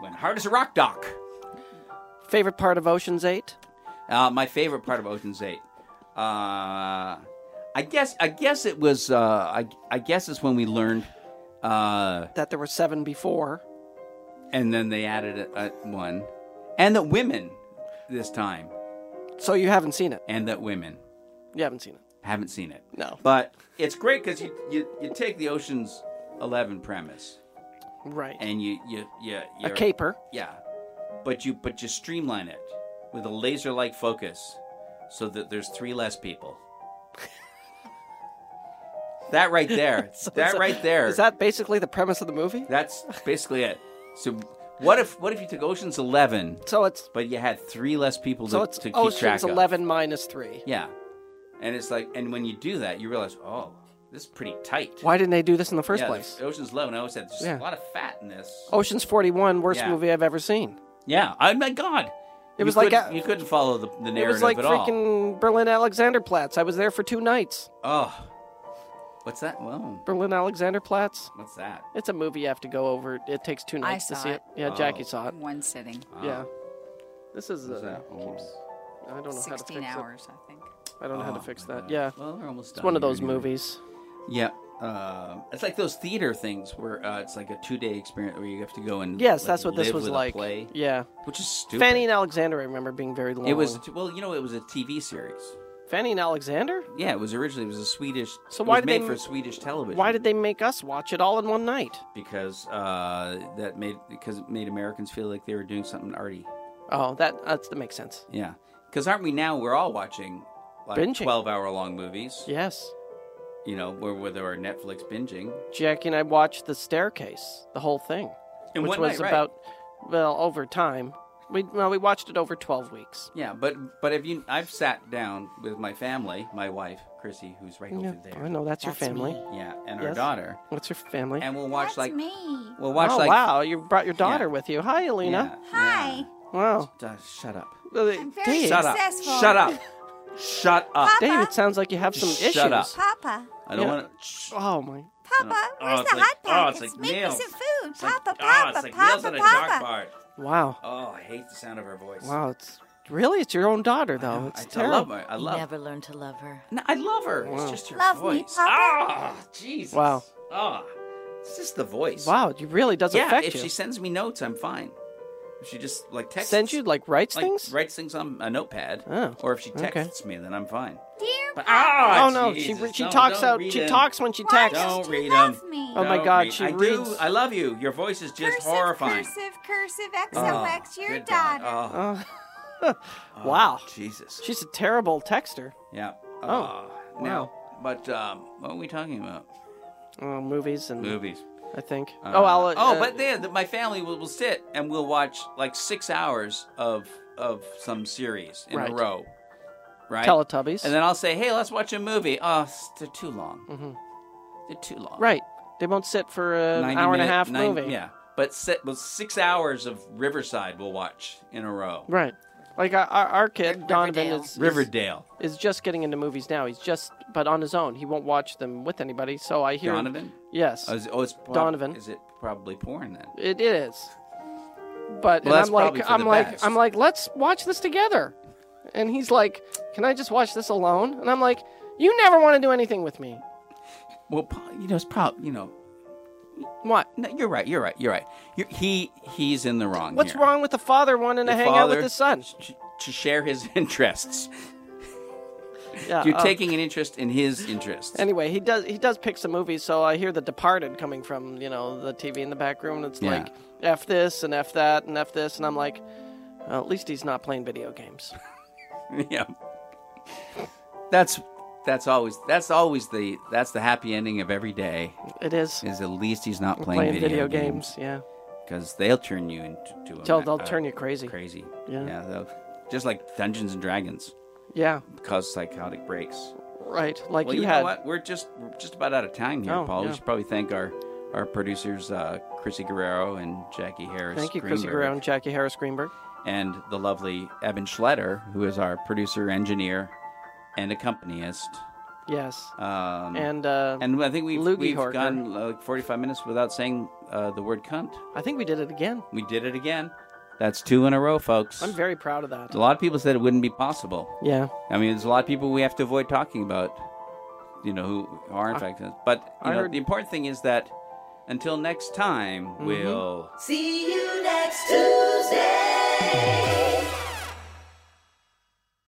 Speaker 1: when hard as a rock, doc.
Speaker 2: Favorite part of Ocean's Eight?
Speaker 1: Uh, my favorite part of Ocean's Eight. Uh, I guess I guess it was uh, I I guess it's when we learned, uh,
Speaker 2: That there were seven before.
Speaker 1: and then they added a, a, one, and that women this time,
Speaker 2: So you haven't seen it.
Speaker 1: and that women
Speaker 2: You haven't seen it.
Speaker 1: haven't seen it.
Speaker 2: No.
Speaker 1: but it's great because you, you you take the Ocean's Eleven premise
Speaker 2: Right.
Speaker 1: and you you you
Speaker 2: a
Speaker 1: you're-
Speaker 2: caper.
Speaker 1: Yeah, but you but you streamline it with a laser-like focus, so that there's three less people. that right there. that right there.
Speaker 2: Is that basically the premise of the movie?
Speaker 1: That's basically it. So what if what if you took Ocean's Eleven,
Speaker 2: So it's
Speaker 1: but you had three less people
Speaker 2: so
Speaker 1: to,
Speaker 2: it's
Speaker 1: to keep track
Speaker 2: Ocean's
Speaker 1: of?
Speaker 2: Eleven minus three.
Speaker 1: Yeah, and it's like, and when you do that, you realize, oh, this is pretty tight.
Speaker 2: Why didn't they do this in the first
Speaker 1: yeah,
Speaker 2: place?
Speaker 1: the Ocean's Eleven. I always said there's
Speaker 2: Yeah. Oh.
Speaker 1: a lot of fat in this.
Speaker 2: Ocean's Forty One, worst
Speaker 1: Yeah.
Speaker 2: movie I've ever seen.
Speaker 1: Yeah. Oh my God.
Speaker 2: It
Speaker 1: You
Speaker 2: was like
Speaker 1: couldn't-
Speaker 2: a-
Speaker 1: you couldn't follow the, the narrative
Speaker 2: it was like
Speaker 1: at all.
Speaker 2: freaking Berlin Alexanderplatz. I was there for two nights.
Speaker 1: Oh, what's that? Whoa,
Speaker 2: Berlin Alexanderplatz.
Speaker 1: what's that?
Speaker 2: It's a movie you have to go over. It takes two nights to
Speaker 3: saw
Speaker 2: see it.
Speaker 3: it.
Speaker 2: Yeah,
Speaker 1: Oh.
Speaker 2: Jackie saw it.
Speaker 3: In one sitting.
Speaker 1: Uh,
Speaker 2: Yeah. This is uh,
Speaker 1: that? Oh.
Speaker 2: keeps- I don't know how to
Speaker 3: 16
Speaker 2: fix
Speaker 3: hours, I think.
Speaker 2: it. I don't know how to fix that.
Speaker 1: God.
Speaker 2: Yeah.
Speaker 1: Well, we're almost
Speaker 2: It's
Speaker 1: done
Speaker 2: one of
Speaker 1: here
Speaker 2: those
Speaker 1: anyway.
Speaker 2: movies.
Speaker 1: Yeah. Um it's like those theater things where uh, it's like a two-day experience where you have to go and
Speaker 2: Yes,
Speaker 1: like,
Speaker 2: that's what this
Speaker 1: live
Speaker 2: was
Speaker 1: with a
Speaker 2: like.
Speaker 1: Play,
Speaker 2: Yeah.
Speaker 1: which is stupid.
Speaker 2: Fanny and Alexander, I remember being very long.
Speaker 1: it was well, you know, it was a TV series.
Speaker 2: Fanny and Alexander.
Speaker 1: Yeah, it was originally it was a Swedish.
Speaker 2: So
Speaker 1: it
Speaker 2: why
Speaker 1: was
Speaker 2: did
Speaker 1: made
Speaker 2: they-
Speaker 1: for Swedish television?
Speaker 2: Why did they make us watch it all in one night?
Speaker 1: because uh, that made because it made Americans feel like they were doing something arty.
Speaker 2: Oh, that that's, that makes sense.
Speaker 1: Yeah, because aren't we now? We're all watching like
Speaker 2: Binging.
Speaker 1: twelve-hour-long movies.
Speaker 2: Yes.
Speaker 1: You know, where where there are Netflix binging.
Speaker 2: Jackie and I watched The Staircase, the whole thing,
Speaker 1: In
Speaker 2: which
Speaker 1: one
Speaker 2: was
Speaker 1: night, right.
Speaker 2: about well over time. We well we watched it over twelve weeks.
Speaker 1: Yeah, but but if you, I've sat down with my family, my wife Chrissy, who's right
Speaker 2: Yeah,
Speaker 1: over
Speaker 2: I
Speaker 1: there.
Speaker 2: know that's, your
Speaker 3: That's
Speaker 2: family.
Speaker 3: me.
Speaker 1: Yeah, and our
Speaker 2: Yes.
Speaker 1: daughter,
Speaker 2: What's your family?
Speaker 1: and we'll watch
Speaker 3: That's
Speaker 1: like
Speaker 3: me.
Speaker 1: we'll watch
Speaker 2: oh
Speaker 1: like
Speaker 2: wow, you brought your daughter
Speaker 1: Yeah.
Speaker 2: with you. Hi, Alina.
Speaker 3: Hi.
Speaker 2: Wow.
Speaker 1: Uh, shut up!
Speaker 2: I'm
Speaker 3: very
Speaker 2: Dave,
Speaker 1: Shut
Speaker 3: Successful.
Speaker 1: up! Shut up! Shut up!
Speaker 2: Dave, it sounds like you have some
Speaker 1: Just
Speaker 2: issues.
Speaker 1: shut up.
Speaker 4: Papa,
Speaker 1: I don't
Speaker 2: Yeah.
Speaker 1: want to.
Speaker 2: Oh my.
Speaker 4: Papa,
Speaker 1: Oh,
Speaker 4: where's
Speaker 1: it's
Speaker 4: the
Speaker 1: like-
Speaker 4: hot pockets?
Speaker 1: oh, it's like
Speaker 4: Make
Speaker 1: nails.
Speaker 4: me some food,
Speaker 1: It's like,
Speaker 4: Papa,
Speaker 1: oh,
Speaker 4: Papa,
Speaker 1: it's like nails
Speaker 4: Papa,
Speaker 1: on a
Speaker 4: Papa.
Speaker 1: dog part.
Speaker 2: Wow.
Speaker 1: Oh, I hate the sound of her voice.
Speaker 2: Wow. It's really it's your own daughter though.
Speaker 1: I,
Speaker 2: it's
Speaker 1: I
Speaker 2: terrible.
Speaker 1: love her. I love.
Speaker 6: Never learn to love her.
Speaker 1: No, I love her. It's
Speaker 2: Wow.
Speaker 1: just her
Speaker 4: Love me,
Speaker 1: voice.
Speaker 4: Papa.
Speaker 1: Ah, Jesus.
Speaker 2: Wow.
Speaker 1: Ah, it's just the voice.
Speaker 2: Wow. It really does
Speaker 1: Yeah,
Speaker 2: affect
Speaker 1: if
Speaker 2: you.
Speaker 1: she sends me notes, I'm fine. If she just like texts,
Speaker 2: Sends you like writes
Speaker 1: like,
Speaker 2: things.
Speaker 1: writes things on a notepad,
Speaker 2: Oh,
Speaker 1: or if she
Speaker 2: okay.
Speaker 1: texts me, then I'm fine.
Speaker 4: Dear
Speaker 1: But ah,
Speaker 2: oh no,
Speaker 1: Jesus,
Speaker 2: she re- she
Speaker 1: no,
Speaker 2: talks
Speaker 1: don't
Speaker 2: out.
Speaker 1: read
Speaker 2: She
Speaker 1: them.
Speaker 2: talks when she
Speaker 4: Why
Speaker 2: texts.
Speaker 1: Don't
Speaker 4: don't
Speaker 1: read
Speaker 4: you
Speaker 1: them.
Speaker 4: love me?
Speaker 2: Oh my
Speaker 1: Don't
Speaker 2: God,
Speaker 1: read-
Speaker 2: she
Speaker 1: I do-
Speaker 2: reads-
Speaker 1: I love you. Your voice is just
Speaker 4: cursive,
Speaker 1: horrifying.
Speaker 4: cursive, cursive,
Speaker 1: Oh,
Speaker 4: XOX, your
Speaker 1: good God.
Speaker 4: daughter.
Speaker 1: Oh, oh,
Speaker 2: wow.
Speaker 1: Jesus.
Speaker 2: She's a terrible texter.
Speaker 1: Yeah. Oh.
Speaker 2: wow.
Speaker 1: now, but um, what are we talking about?
Speaker 2: Oh, movies and
Speaker 1: Movies.
Speaker 2: I think. oh, I'll. Uh,
Speaker 1: oh, but then my family will, will sit and we'll watch like six hours of of some series in
Speaker 2: Right.
Speaker 1: a row, right?
Speaker 2: Teletubbies.
Speaker 1: And then I'll say, "Hey, let's watch a movie." Oh, s- they're too long.
Speaker 2: Mm-hmm.
Speaker 1: They're too long.
Speaker 2: right. They won't sit for an
Speaker 1: 90
Speaker 2: hour and a
Speaker 1: minute-
Speaker 2: half
Speaker 1: nine-
Speaker 2: movie.
Speaker 1: Yeah, but set, but six hours of Riverside we'll watch in a row.
Speaker 2: Right. Like our, our- our kid Donovan
Speaker 3: Riverdale.
Speaker 2: is, is
Speaker 1: Riverdale.
Speaker 2: is just getting into movies now. He's just but on his own. He won't watch them with anybody. So I hear
Speaker 1: Donovan?
Speaker 2: Yes,
Speaker 1: Oh, is, oh, it's prob-
Speaker 2: Donovan.
Speaker 1: Is it probably porn then?
Speaker 2: it is. But
Speaker 1: Well,
Speaker 2: and
Speaker 1: that's
Speaker 2: I'm
Speaker 1: probably
Speaker 2: like
Speaker 1: for
Speaker 2: I'm
Speaker 1: the
Speaker 2: like
Speaker 1: best.
Speaker 2: I'm like let's watch this together, and he's like, can I just watch this alone? And I'm like, you never want to do anything with me.
Speaker 1: Well, po- you know, it's probably you know.
Speaker 2: What?
Speaker 1: No, you're right. You're right. You're right. You're, he he's in the wrong.
Speaker 2: What's
Speaker 1: here.
Speaker 2: wrong with the father wanting to
Speaker 1: The
Speaker 2: hang out with
Speaker 1: father-
Speaker 2: his son?
Speaker 1: Sh- To share his interests.
Speaker 2: Yeah,
Speaker 1: You're
Speaker 2: um,
Speaker 1: taking an interest in his interests.
Speaker 2: Anyway, he does he does pick some movies, so I hear The Departed coming from you know the TV in the back room. And it's
Speaker 1: Yeah.
Speaker 2: like f this and f that and f this, and I'm like, well, at least he's not playing video games.
Speaker 1: yeah. That's that's always that's always the that's the happy ending of every day.
Speaker 2: It is
Speaker 1: Is at least he's not playing,
Speaker 2: playing, video, games. Yeah,
Speaker 1: because they'll turn you into a
Speaker 2: They'll-
Speaker 1: ma-
Speaker 2: they'll
Speaker 1: uh,
Speaker 2: turn you crazy.
Speaker 1: Crazy.
Speaker 2: Yeah.
Speaker 1: Yeah. they'll- just like Dungeons and Dragons
Speaker 2: yeah,
Speaker 1: cause psychotic breaks.
Speaker 2: right. Like
Speaker 1: Well,
Speaker 2: you
Speaker 1: you
Speaker 2: had.
Speaker 1: know what? We're just we're just about out of time here,
Speaker 2: Oh,
Speaker 1: Paul.
Speaker 2: yeah.
Speaker 1: We should probably thank our our producers, uh, Chrissy Guerrero and Jackie Harris.
Speaker 2: Thank you, Chrissy
Speaker 1: Greenberg,
Speaker 2: Guerrero and Jackie Harris Greenberg.
Speaker 1: and the lovely Eben Schletter, who is our producer, engineer, and accompanist.
Speaker 2: Yes,
Speaker 1: Um,
Speaker 2: and uh,
Speaker 1: and I think we've,
Speaker 2: Loogie
Speaker 1: we've
Speaker 2: Horker.
Speaker 1: gone uh, like 45 minutes without saying uh, the word cunt.
Speaker 2: I think we did it again.
Speaker 1: We did it again. That's two in a row, folks.
Speaker 2: I'm very proud of that.
Speaker 1: a lot of people said it wouldn't be possible.
Speaker 2: Yeah,
Speaker 1: I mean, there's a lot of people we have to avoid talking about, you know, who are in fact. But you
Speaker 2: I
Speaker 1: know,
Speaker 2: heard- Mm-hmm.
Speaker 1: the important thing is that until next time, we'll.
Speaker 4: See you next Tuesday.